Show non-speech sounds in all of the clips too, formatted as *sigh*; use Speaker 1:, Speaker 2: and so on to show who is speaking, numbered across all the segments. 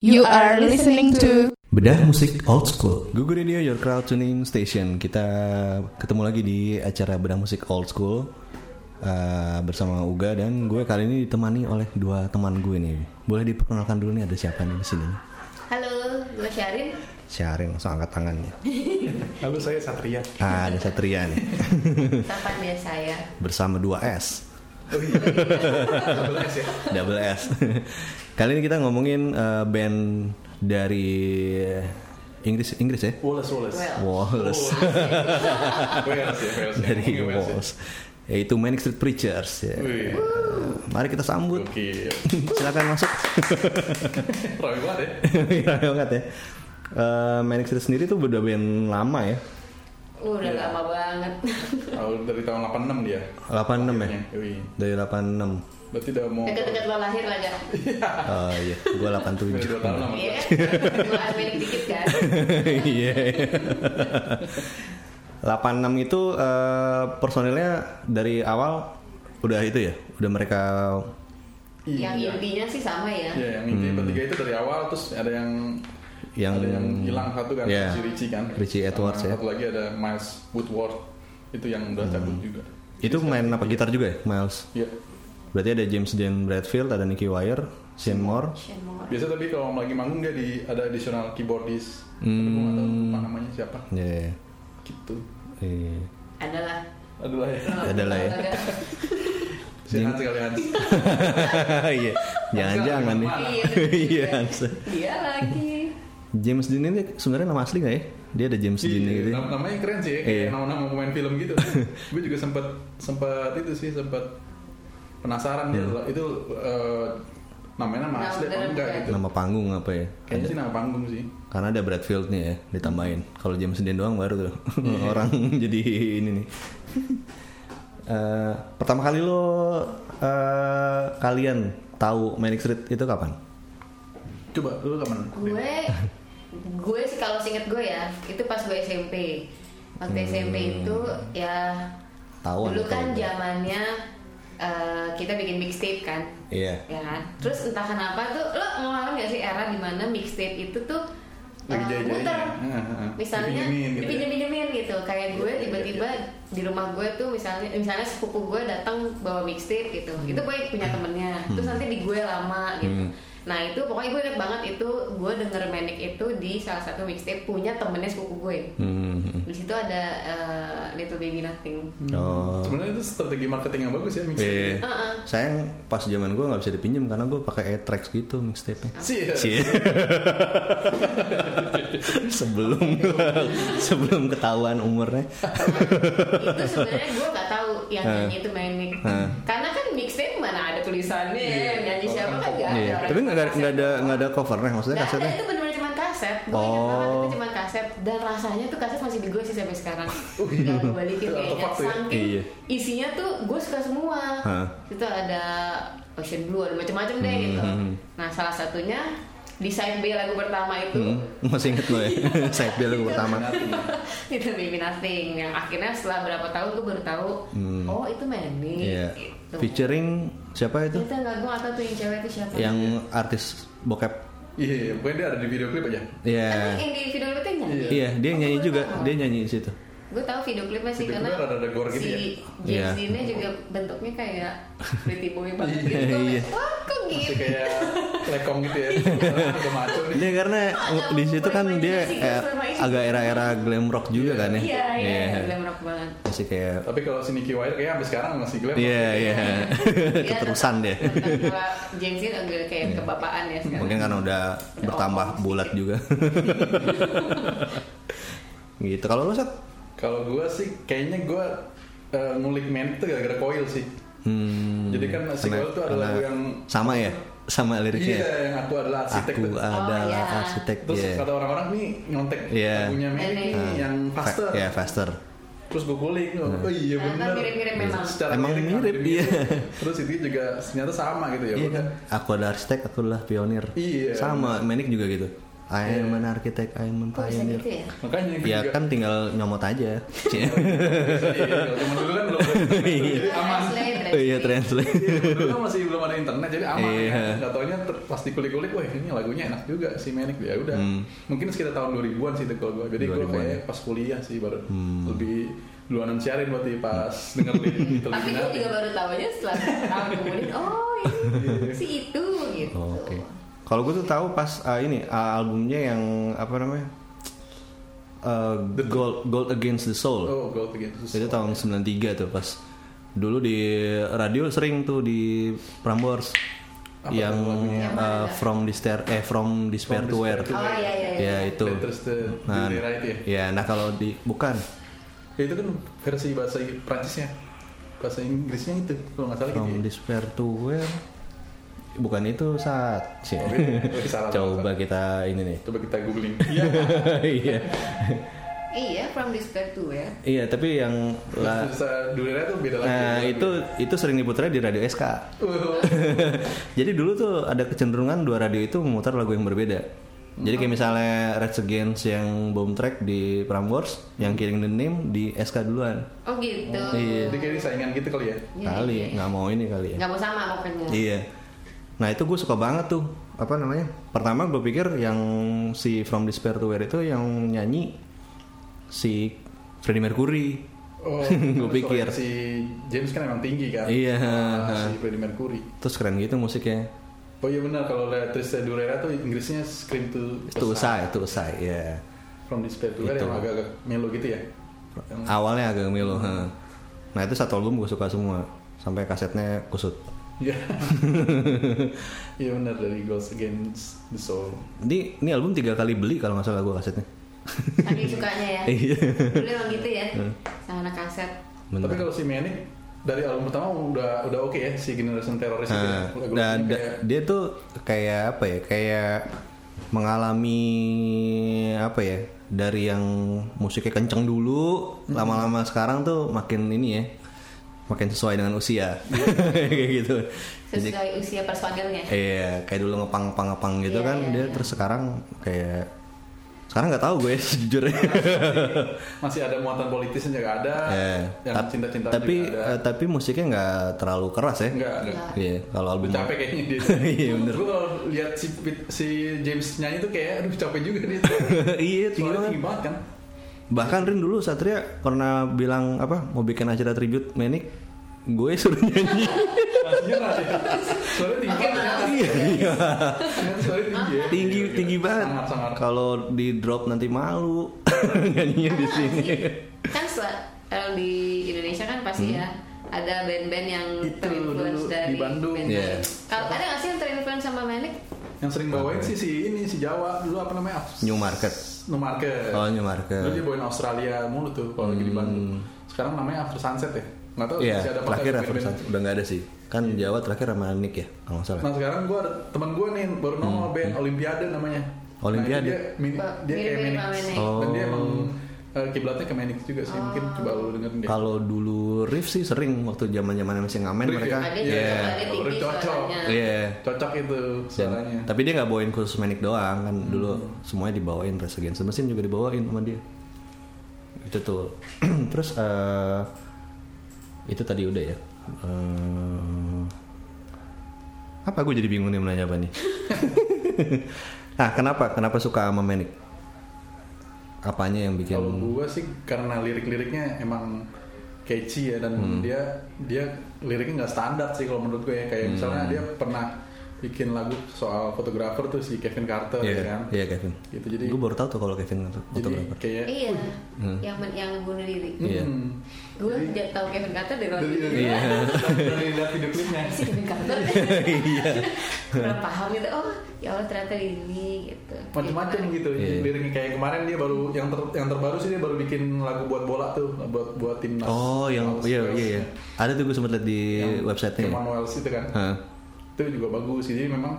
Speaker 1: You are listening to
Speaker 2: Bedah musik old school.
Speaker 3: Gugu Radio, your crowd tuning station. Kita ketemu lagi di acara Bedah Musik Old School eh, bersama Uga dan gue kali ini ditemani oleh dua teman gue nih. Boleh diperkenalkan dulu nih ada siapa nih di sini?
Speaker 1: Halo, gue Syarin
Speaker 3: Syarin langsung angkat tangannya.
Speaker 4: Lalu saya Satria.
Speaker 3: Ah, ada Satria nih
Speaker 1: Sapan ya saya
Speaker 3: bersama 2 S. *laughs* Double S. Kali ini kita ngomongin eh, band dari Inggris Inggris ya.
Speaker 4: Wallace *laughs* Wallace.
Speaker 1: Well,
Speaker 3: Wallace.
Speaker 4: Wallace ya, Wallace.
Speaker 3: dari
Speaker 4: Oke, Wallace.
Speaker 3: Walls yaitu Manic Street Preachers ya.
Speaker 4: Wih.
Speaker 3: Mari kita sambut.
Speaker 4: Oke.
Speaker 3: *laughs* Silakan masuk.
Speaker 4: Rame banget ya.
Speaker 3: Rame banget ya. Eh, Manic Street sendiri tuh udah band lama ya.
Speaker 1: udah lama banget
Speaker 4: Tahun- dari tahun 86 dia.
Speaker 3: 86 ya.
Speaker 4: Wih.
Speaker 3: Dari 86.
Speaker 4: Berarti udah mau
Speaker 1: Deket-deket lo lahir lah kan
Speaker 3: Oh iya, gua
Speaker 4: Udah
Speaker 3: 87.
Speaker 4: dua tahun lama.
Speaker 1: Iya Gue ambilin dikit kan
Speaker 3: *laughs* Iya. 86 itu eh, personilnya dari awal udah itu ya, udah mereka
Speaker 1: Yang indinya sih sama ya
Speaker 4: Iya, yang ini bertiga itu dari awal terus ada yang
Speaker 3: Hmm. yang
Speaker 4: ada yang hilang satu kan
Speaker 3: Iya.
Speaker 4: si Richie kan.
Speaker 3: Richie Edwards
Speaker 4: Sama
Speaker 3: ya. Hmm.
Speaker 4: Satu lagi ada Miles Woodward. Itu yang udah cabut juga.
Speaker 3: Itu main apa gitar juga ya, Miles?
Speaker 4: Iya.
Speaker 3: Berarti ada James Dean Bradfield, ada Nicky Wire, Shane Moore.
Speaker 1: Shane Moore.
Speaker 4: Biasa tapi kalau lagi manggung dia di ada additional keyboardist. Tapi gue nggak tahu
Speaker 3: Hmm.
Speaker 4: lupa namanya siapa.
Speaker 3: Ya,
Speaker 4: Gitu.
Speaker 3: iya.
Speaker 1: *laughs* Adalah
Speaker 4: Adalah
Speaker 3: *laughs*
Speaker 4: ya.
Speaker 3: Adalah ya.
Speaker 4: Si Hans kali Hans.
Speaker 3: Iya. Jangan-jangan nih. Iya.
Speaker 1: Iya
Speaker 3: Hans.
Speaker 1: Dia lagi
Speaker 3: James Dean ini sebenarnya nama asli nggak ya? Dia ada James Dean
Speaker 4: Iya,
Speaker 3: gitu.
Speaker 4: nam- namanya keren sih,
Speaker 3: Iya.
Speaker 4: kayak nama-nama pemain film
Speaker 3: *laughs*
Speaker 4: gitu. gue juga sempat sempat itu sih sempat
Speaker 3: Iya.
Speaker 4: penasaran gitu loh. Itu eh, namanya nama
Speaker 1: Nama iya.
Speaker 4: asli apa
Speaker 1: beneran
Speaker 4: enggak
Speaker 1: bukan.
Speaker 4: gitu.
Speaker 3: Nama panggung apa ya?
Speaker 4: Kayaknya
Speaker 3: Ada-
Speaker 4: sih nama panggung sih.
Speaker 3: Karena ada Bradfieldnya ya ditambahin. Kalau James Dean doang baru tuh *laughs* orang jadi ini nih. *laughs* Eh, pertama kali lo eh, kalian tahu Manic Street itu kapan?
Speaker 4: Coba lu kapan?
Speaker 1: Gue Gue sih kalau singet gue ya Itu pas gue SMP Waktu SMP itu ya
Speaker 3: Tahuan atau
Speaker 1: Dulu kan
Speaker 3: enggak?
Speaker 1: zamannya eh, Kita bikin mixtape kan
Speaker 3: Iya.
Speaker 1: ya kan? Terus entah kenapa tuh lo ngalamin gak sih era dimana mixtape itu tuh
Speaker 4: Lagi
Speaker 1: eh,
Speaker 4: jaya-jayanya.
Speaker 1: muter
Speaker 4: Heeh, heeh.
Speaker 1: misalnya
Speaker 4: Dipinjemin gitu ya.
Speaker 1: dipinjemin gitu kayak gue
Speaker 4: Iya, iya,
Speaker 1: tiba-tiba di rumah gue tuh misalnya misalnya sepupu gue datang bawa mixtape gitu
Speaker 4: Hmm.
Speaker 1: itu gue punya temennya terus nanti di gue lama gitu nah itu pokoknya gue inget banget itu gue denger manic itu di salah satu mixtape punya temennya sepupu gue
Speaker 3: Hmm.
Speaker 1: di situ ada eh, little baby
Speaker 4: Hmm.
Speaker 1: nothing
Speaker 3: Oh. *laughs*
Speaker 4: Sebenarnya itu strategi marketing yang bagus ya mix.
Speaker 3: Iya.
Speaker 1: Heeh.
Speaker 3: Sayang pas zaman gue nggak bisa dipinjam karena gue pakai Etrex gitu mixtape-nya.
Speaker 4: Sih. iya.
Speaker 3: Cie. *laughs* sebelum *laughs* sebelum ketahuan umurnya.
Speaker 1: itu sebenarnya gue nggak tahu yang nyanyi itu Manic karena kan mixtape mana ada tulisannya yang nyanyi
Speaker 4: Kalau
Speaker 1: siapa kan
Speaker 4: kan
Speaker 1: nggak ada
Speaker 3: Iya. Tapi nggak ada nggak ada nggak ada covernya maksudnya
Speaker 1: Nggak ada,
Speaker 3: kasetnya.
Speaker 1: itu benar-benar cuma kaset gue
Speaker 3: Oh.
Speaker 1: ingat banget itu cuma kaset dan rasanya tuh kaset masih di gue sih sampai sekarang nggak gue balikin
Speaker 4: Oh, iya. Itu
Speaker 1: kayaknya
Speaker 4: artefak tuh ya?
Speaker 1: saking
Speaker 3: Iya.
Speaker 1: isinya tuh gue suka semua
Speaker 3: Hah. Hmm,
Speaker 1: itu ada Ocean Blue ada macam-macam deh gitu nah salah satunya di side B lagu pertama itu
Speaker 3: Hmm, masih inget lo ya *laughs* Side bill gue pertama
Speaker 1: *laughs* itu Baby Nothing yang akhirnya setelah berapa tahun gue baru tahu oh itu Manny
Speaker 3: Hmm. Iya
Speaker 1: gitu.
Speaker 3: Featuring siapa itu?
Speaker 1: itu enggak gue nggak tahu tuh yang cewek itu siapa
Speaker 3: Yang artis bokep
Speaker 4: Iya, pokoknya dia ada di video klip aja.
Speaker 1: Emang
Speaker 3: Iya
Speaker 1: Kan yang di video klipnya nyanyi
Speaker 3: Iya dia nyanyi juga Dia nyanyi di situ
Speaker 1: gue tahu video klipnya sih
Speaker 4: Video
Speaker 1: karena
Speaker 4: klipnya rada-rada gore gitu
Speaker 1: si
Speaker 4: ya?
Speaker 1: James
Speaker 3: Iya.
Speaker 1: Dean-nya juga bentuknya kayak pretty
Speaker 3: *laughs*
Speaker 1: boy banget
Speaker 3: Iya,
Speaker 1: gitu
Speaker 3: iya.
Speaker 1: wah kok
Speaker 4: Masih
Speaker 1: gitu *laughs*
Speaker 4: kayak lekong gitu ya.
Speaker 1: Iya.
Speaker 4: Udah maco nih.
Speaker 3: Dia karena
Speaker 1: Agak
Speaker 3: di situ kan
Speaker 1: mempermainkan
Speaker 3: dia
Speaker 1: si
Speaker 3: eh,
Speaker 1: keseruan.
Speaker 3: agak era-era glam rock juga kan ya.
Speaker 1: iya iya
Speaker 3: Iya.
Speaker 1: glam rock banget
Speaker 3: Masih kayak
Speaker 4: Tapi kalau si Nicky Wire kayaknya sampai sekarang masih glam.
Speaker 3: Iya, iya. *laughs* Keterusan dia.
Speaker 1: Kalau James Dean agak kayak
Speaker 3: Iya.
Speaker 1: kebapaan ya sekarang
Speaker 3: Mungkin karena udah bertambah
Speaker 1: opong
Speaker 3: bulat juga. gitu. Kalau lu Sat?
Speaker 4: Kalau gua sih kayaknya gua eh, ngulik Manic tuh gara-gara Coil sih.
Speaker 3: Hmm,
Speaker 4: Jadi kan si
Speaker 3: karena-
Speaker 4: Coil tuh ada
Speaker 3: karena-
Speaker 4: lagu yang
Speaker 3: sama ya? Sama liriknya. ya?
Speaker 4: Iya, yang aku adalah arsitek.
Speaker 3: Aku ah,
Speaker 4: tuh.
Speaker 3: adalah
Speaker 1: iya.
Speaker 3: arsitek
Speaker 4: Terus
Speaker 3: ya.
Speaker 4: kata orang-orang nih nyontek
Speaker 3: Iya.
Speaker 4: lagunya Manic
Speaker 1: Manic.
Speaker 4: nih yang faster.
Speaker 3: Fa- ya, faster.
Speaker 4: Terus gue kulik, oh iya
Speaker 1: Ternyata
Speaker 4: bener.
Speaker 1: mirip-mirip memang.
Speaker 4: Secara
Speaker 3: Hmm. Emang
Speaker 4: lirik,
Speaker 3: mirip,
Speaker 4: hampir
Speaker 3: iya.
Speaker 4: Terus itu juga ternyata sama gitu ya.
Speaker 3: Iya
Speaker 4: udah.
Speaker 3: kan? Aku adalah arsitek, aku adalah pionir.
Speaker 4: Iya.
Speaker 3: Sama Manic juga gitu. I am an architect, I am a
Speaker 1: Kok bisa
Speaker 3: pioneer.
Speaker 1: gitu ya? Iya,
Speaker 4: Makanya
Speaker 3: Ya
Speaker 4: juga- *laughs*
Speaker 3: kan tinggal nyomot aja.
Speaker 4: Bisa di- kalau zaman dulu kan belum jadi aman.
Speaker 1: Translate,
Speaker 3: *laughs* *laughs* Iya
Speaker 1: translate.
Speaker 3: translate.
Speaker 4: Dulu kan masih belum ada internet jadi aman
Speaker 3: Iya.
Speaker 4: ya. Gak taunya ter- pas dikulik-kulik, wah ini lagunya enak juga si Manic ya udah.
Speaker 3: Hmm.
Speaker 4: Mungkin sekitar tahun 2000-an sih itu kalau gue. Jadi gue
Speaker 3: 2000-an
Speaker 4: kayak pas kuliah sih baru
Speaker 3: Hmm.
Speaker 4: lebih duluan siarin berarti pas denger
Speaker 3: *laughs*
Speaker 4: di
Speaker 3: Gitu,
Speaker 1: Tapi
Speaker 4: di
Speaker 1: gue
Speaker 4: Televisi.
Speaker 1: juga baru tahu aja setelah tahun kemudian, oh
Speaker 3: *laughs*
Speaker 1: ini si itu gitu.
Speaker 3: Oh, Oke. Kalau gue tuh tahu pas ah, ini ah, albumnya yang apa namanya? Eh, Gold Gold Against the Soul.
Speaker 4: Oh, Gold Against the Soul.
Speaker 3: Itu tahun 93 tuh pas dulu di radio sering tuh di Prambors
Speaker 4: Apa
Speaker 3: yang
Speaker 4: tuh lagunya?
Speaker 1: Yang mana
Speaker 3: eh,
Speaker 1: tuh?
Speaker 3: from despair eh from despair
Speaker 4: From
Speaker 3: to
Speaker 4: Despair
Speaker 3: wear.
Speaker 4: to
Speaker 1: Oh iya iya iya.
Speaker 3: Ya itu.
Speaker 4: Dan terus the
Speaker 3: Nah,
Speaker 4: Beauty Right ya.
Speaker 3: ya nah kalau di bukan
Speaker 4: Ya, itu kan versi bahasa Prancisnya. Bahasa Inggrisnya itu kalau nggak salah
Speaker 3: from
Speaker 4: gitu. ya.
Speaker 3: despair to wear bukan itu saat sih.
Speaker 4: Oh, salah,
Speaker 3: *laughs* Coba kita ini nih. *laughs*
Speaker 4: Coba kita googling. Iya.
Speaker 3: Iya.
Speaker 1: Iya, from despair to ya.
Speaker 3: Iya, tapi yang la- *laughs*
Speaker 4: Terus uh, Beauty Right itu beda lagi.
Speaker 3: Nah, itu itu sering diputarnya di radio SK. *laughs* Jadi dulu tuh ada kecenderungan dua radio itu memutar lagu yang berbeda. Jadi kayak misalnya Red Against yang bomb track di Prambors, yang Killing the Name di SK duluan.
Speaker 1: Oh gitu.
Speaker 4: Jadi kayak ini saingan gitu kali ya.
Speaker 1: Iya, iya,
Speaker 3: Kali
Speaker 1: iya.
Speaker 3: nggak mau ini kali ya.
Speaker 1: Nggak mau sama pokoknya.
Speaker 3: Iya. Nah itu gue suka banget tuh apa namanya? Pertama gue pikir yang si From Despair to Where itu yang nyanyi si Freddie Mercury.
Speaker 4: Oh,
Speaker 3: *laughs* Gua
Speaker 4: terus
Speaker 3: pikir.
Speaker 4: suara si James kan emang tinggi kan.
Speaker 3: Iya.
Speaker 4: Ah, si Freddie Mercury.
Speaker 3: Terus keren gitu musiknya.
Speaker 4: Oh iya benar kalau lihat Trista Durera tuh Inggrisnya Scream to
Speaker 3: Itu usai, itu usai, ya.
Speaker 4: From Despair to Where
Speaker 3: Itu.
Speaker 4: yang agak-agak melo gitu
Speaker 3: *laughs*
Speaker 4: ya.
Speaker 3: Awalnya agak melo. ha. Nah itu satu album gue suka semua sampai kasetnya kusut.
Speaker 4: Iya. Iya benar dari Ghost Against the Soul.
Speaker 3: Ini ini album tiga kali beli kalau nggak salah gue kasetnya.
Speaker 1: Saking sukanya ya.
Speaker 3: Iya. Hmm.
Speaker 1: Dulu emang gitu ya. Sama anak kaset.
Speaker 3: Bener.
Speaker 4: Tapi kalau si Manic dari album pertama udah udah oke ya si Generation Terrorist itu.
Speaker 3: Nah,
Speaker 4: ya. Lagu-lagunya
Speaker 3: da- da-
Speaker 4: kayak-
Speaker 3: dia tuh kayak apa ya? Kayak mengalami apa ya? Dari yang musiknya kenceng dulu,
Speaker 4: Hmm.
Speaker 3: lama-lama sekarang tuh makin ini ya, makin sesuai dengan usia, *laughs* kayak gitu. Jadi
Speaker 1: Sesuai usia personilnya.
Speaker 3: Iya, kayak dulu ngepang ngepang ngepang gitu
Speaker 1: Iya,
Speaker 3: kan
Speaker 1: iya,
Speaker 3: dia
Speaker 1: iya.
Speaker 3: terus sekarang kayak sekarang nggak tahu gue *laughs* sejujurnya. *laughs*
Speaker 4: masih ada muatan politisnya juga ada,
Speaker 3: Eh,
Speaker 4: yang
Speaker 3: tap-
Speaker 4: cinta-cinta
Speaker 3: tapi
Speaker 4: juga ada.
Speaker 3: eh, tapi musiknya nggak terlalu keras ya.
Speaker 4: enggak, enggak.
Speaker 3: Iya, kalau album
Speaker 4: Udah capek kayaknya dia.
Speaker 3: *laughs* Iya, bener.
Speaker 4: Gue kalau lihat si, si James nyanyi tuh kayak aduh capek juga
Speaker 3: *laughs*
Speaker 4: dia.
Speaker 3: iya, tinggi
Speaker 4: Suaranya
Speaker 3: banget.
Speaker 4: tinggi banget kan.
Speaker 3: Bahkan Rin dulu Satria pernah bilang apa mau bikin acara tribute Manic gue suruh *laughs* nyanyi.
Speaker 4: Masih nyerah ya. Suaranya tinggi
Speaker 1: Oke,
Speaker 4: banget.
Speaker 1: maaf.
Speaker 3: Iya.
Speaker 4: Ternyata Suaranya tinggi ya.
Speaker 3: tinggi
Speaker 4: Gila,
Speaker 3: tinggi
Speaker 4: gila.
Speaker 3: banget.
Speaker 4: Sangat sangat.
Speaker 3: Kalau di drop nanti malu *laughs* nyanyinya iya, di
Speaker 4: *laughs*
Speaker 3: sini.
Speaker 1: Ah, Kan setelah kalau di Indonesia kan
Speaker 3: Hmm.
Speaker 1: pasti ya ada band-band yang
Speaker 4: Itu
Speaker 1: terinfluence
Speaker 4: dulu di
Speaker 1: dari
Speaker 4: Bandung.
Speaker 1: band
Speaker 3: Iya.
Speaker 1: Kalau ada nggak sih yang terinfluence sama Manic?
Speaker 4: Yang sering bawain sih si ini si Jawa dulu apa namanya?
Speaker 3: New Market.
Speaker 4: New Market.
Speaker 3: Oh, New Market.
Speaker 4: Dulu dia bawain Australia mulu tuh kalau lagi di Bandung. Sekarang namanya After Sunset ya. Nggak tahu
Speaker 3: Iya,
Speaker 4: masih ada apa
Speaker 3: terakhir
Speaker 4: nggak
Speaker 3: Rafa
Speaker 4: band-band.
Speaker 3: Santi. udah nggak ada sih. Kan
Speaker 4: Iya.
Speaker 3: Jawa terakhir sama Nick ya, kalau nggak salah.
Speaker 4: Nah sekarang gue teman gue nih baru nongol band Olimpiade namanya.
Speaker 3: Hmm, Olimpiade?
Speaker 4: Nah, itu dia mini-
Speaker 1: Pak,
Speaker 4: dia kayak
Speaker 1: mirip-mirip
Speaker 4: Menix.
Speaker 1: sama Menix. Oh.
Speaker 4: Dan dia emang eh, kiblatnya ke Menix juga sih. Mungkin coba lu dengerin deh.
Speaker 3: Oh. Kalau dulu Riff sih sering waktu zaman zaman masih ngamen
Speaker 4: Riff
Speaker 3: mereka.
Speaker 4: ya?
Speaker 1: Ada
Speaker 4: Iya.
Speaker 1: juga ada
Speaker 4: Baru
Speaker 1: tinggi
Speaker 4: cocok.
Speaker 1: suaranya.
Speaker 3: Iya.
Speaker 4: Cocok itu
Speaker 3: Dan-
Speaker 4: suaranya.
Speaker 3: Tapi dia nggak bawain khusus Manic doang kan
Speaker 4: Hmm.
Speaker 3: dulu semuanya dibawain Rage Against the Machine juga dibawain sama dia. Itu tuh. *clears throat* Terus eh, itu tadi udah ya. Eh, apa gue jadi bingung nih mau nanya apa nih? *laughs* nah, kenapa kenapa suka sama Manic? Apanya yang bikin
Speaker 4: Kalau gue sih karena lirik-liriknya emang catchy ya dan
Speaker 3: Hmm.
Speaker 4: dia dia liriknya nggak standar sih kalau menurut gue ya. Kayak misalnya
Speaker 3: Hmm.
Speaker 4: dia pernah bikin lagu soal fotografer tuh si Kevin Carter
Speaker 3: Iya,
Speaker 4: ya kan.
Speaker 3: iya Kevin.
Speaker 4: Gitu, jadi-
Speaker 3: gue baru tahu tuh kalau Kevin foto-
Speaker 4: Jadi
Speaker 3: fotografer.
Speaker 4: kayak
Speaker 1: Iya,
Speaker 3: Hmm.
Speaker 1: yang men- yang bunuh diri.
Speaker 3: Iya.
Speaker 4: hmm,
Speaker 1: Gue tidak tahu Kevin Carter dari orang
Speaker 4: dari
Speaker 1: itu.
Speaker 4: dari, dari lihat video klipnya.
Speaker 1: Si Kevin
Speaker 3: *laughs*
Speaker 1: Carter.
Speaker 3: Iya.
Speaker 1: Kurang paham gitu. Oh, ya Allah ternyata ini gitu.
Speaker 4: macam-macam gitu
Speaker 3: Iya.
Speaker 4: liriknya kayak kemarin dia baru yang ter- yang terbaru sih dia baru bikin lagu buat bola tuh buat buat timnas
Speaker 3: Oh, yang
Speaker 4: Timnas
Speaker 3: iya
Speaker 4: Wales.
Speaker 3: iya iya. Ada tuh gue sempat lihat di
Speaker 4: ya. Yang
Speaker 3: website-nya. ya.
Speaker 4: Timnas Wales itu kan
Speaker 3: Hah.
Speaker 4: itu juga bagus jadi memang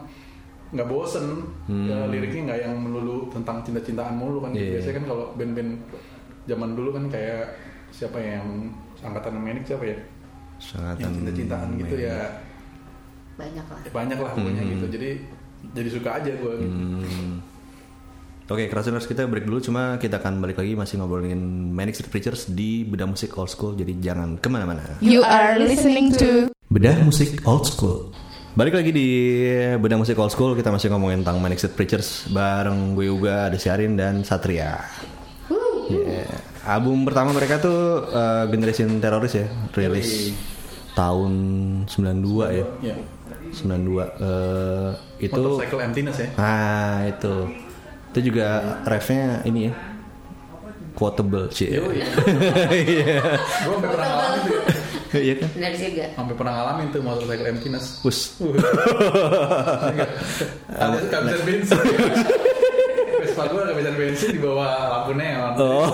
Speaker 4: nggak bosen Ya, liriknya nggak yang melulu tentang cinta-cintaan mulu kan
Speaker 3: Hmm. Iya.
Speaker 4: biasanya kan kalau band-band zaman dulu kan kayak siapa yang angkatan menik siapa ya
Speaker 3: Sangat
Speaker 4: yang cinta-cintaan gitu ya
Speaker 1: Banyak lah.
Speaker 3: Hmm.
Speaker 4: banyak lah pokoknya gitu jadi jadi suka aja gue gitu.
Speaker 3: Oke, Krasuners kita break dulu cuma kita akan balik lagi masih ngobrolin Manic Street Preachers di Bedah Musik Old School. Jadi jangan kemana mana
Speaker 5: You are listening to
Speaker 2: Bedah musik old school.
Speaker 3: Balik lagi di Bedah Musik Old School kita masih ngomongin tentang Manic Street Preachers bareng gue Uga, ada Syarin dan Satria. Yeah. Album pertama mereka tuh uh, Generation Teroris ya, rilis tahun 92 ya.
Speaker 4: Ya.
Speaker 3: 92 eh, itu
Speaker 4: Motorcycle emptiness *laughs* ya.
Speaker 3: ah itu itu juga refnya ini ya quotable sih
Speaker 4: Yo, iya. Gue sampai pernah ngalamin tuh.
Speaker 3: *laughs*
Speaker 4: ya.
Speaker 3: iya kan
Speaker 1: Benar juga.
Speaker 4: Sampai pernah ngalamin tuh motorcycle emptiness. *laughs*
Speaker 3: us
Speaker 4: Ada kehabisan bensin. *laughs* Vespa gue kehabisan bensin di bawah ya, lampu neon.
Speaker 3: oh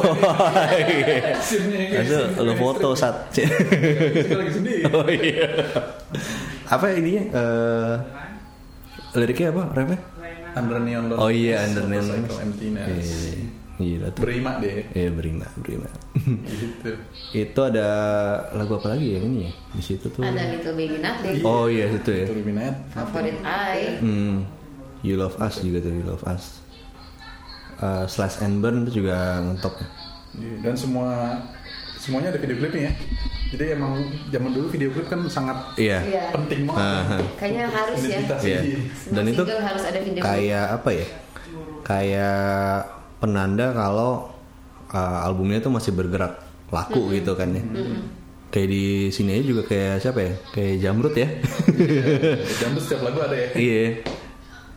Speaker 3: iya.
Speaker 4: Mesinnya, guys.
Speaker 3: Itu lo foto *laughs* saat
Speaker 4: Mesin ya, gitu. gua lagi
Speaker 3: *laughs*
Speaker 4: sendiri.
Speaker 3: oh iya apa ininya eh liriknya apa refnya
Speaker 4: Under neon lights,
Speaker 3: oh iya under Neon
Speaker 4: motorcycle
Speaker 3: Lights.
Speaker 4: emptiness.
Speaker 3: Iya, gila tuh
Speaker 4: Berimak
Speaker 3: *laughs*
Speaker 4: deh.
Speaker 3: iya berima berima
Speaker 4: Gitu.
Speaker 3: *laughs* itu ada lagu apa lagi ya ini ya di situ tuh
Speaker 1: Ada Little Baby Nothing,
Speaker 3: oh iya itu ya
Speaker 4: Turbinate.
Speaker 1: Favorit I,
Speaker 3: Hmm, you Love Us juga tuh You Love Us. Uh, slash and Burn itu juga ngetop. ya?
Speaker 4: Iya, Dan semua semuanya ada video klipnya ya. Jadi emang zaman dulu video klip kan sangat
Speaker 3: Iya.
Speaker 1: Iya.
Speaker 4: penting banget.
Speaker 3: Aha.
Speaker 1: Kayaknya harus ya.
Speaker 4: Identitas
Speaker 3: Iya. *laughs*
Speaker 4: diri.
Speaker 1: Semua
Speaker 3: Dan itu
Speaker 1: single harus ada video klip.
Speaker 3: kayak apa ya? Kayak penanda kalau uh, albumnya tuh masih bergerak laku gitu kan ya. Kayak di sini aja juga kayak siapa ya? Kayak Jamrut ya.
Speaker 4: Dan tuh setiap lagu ada ya.
Speaker 3: Iya.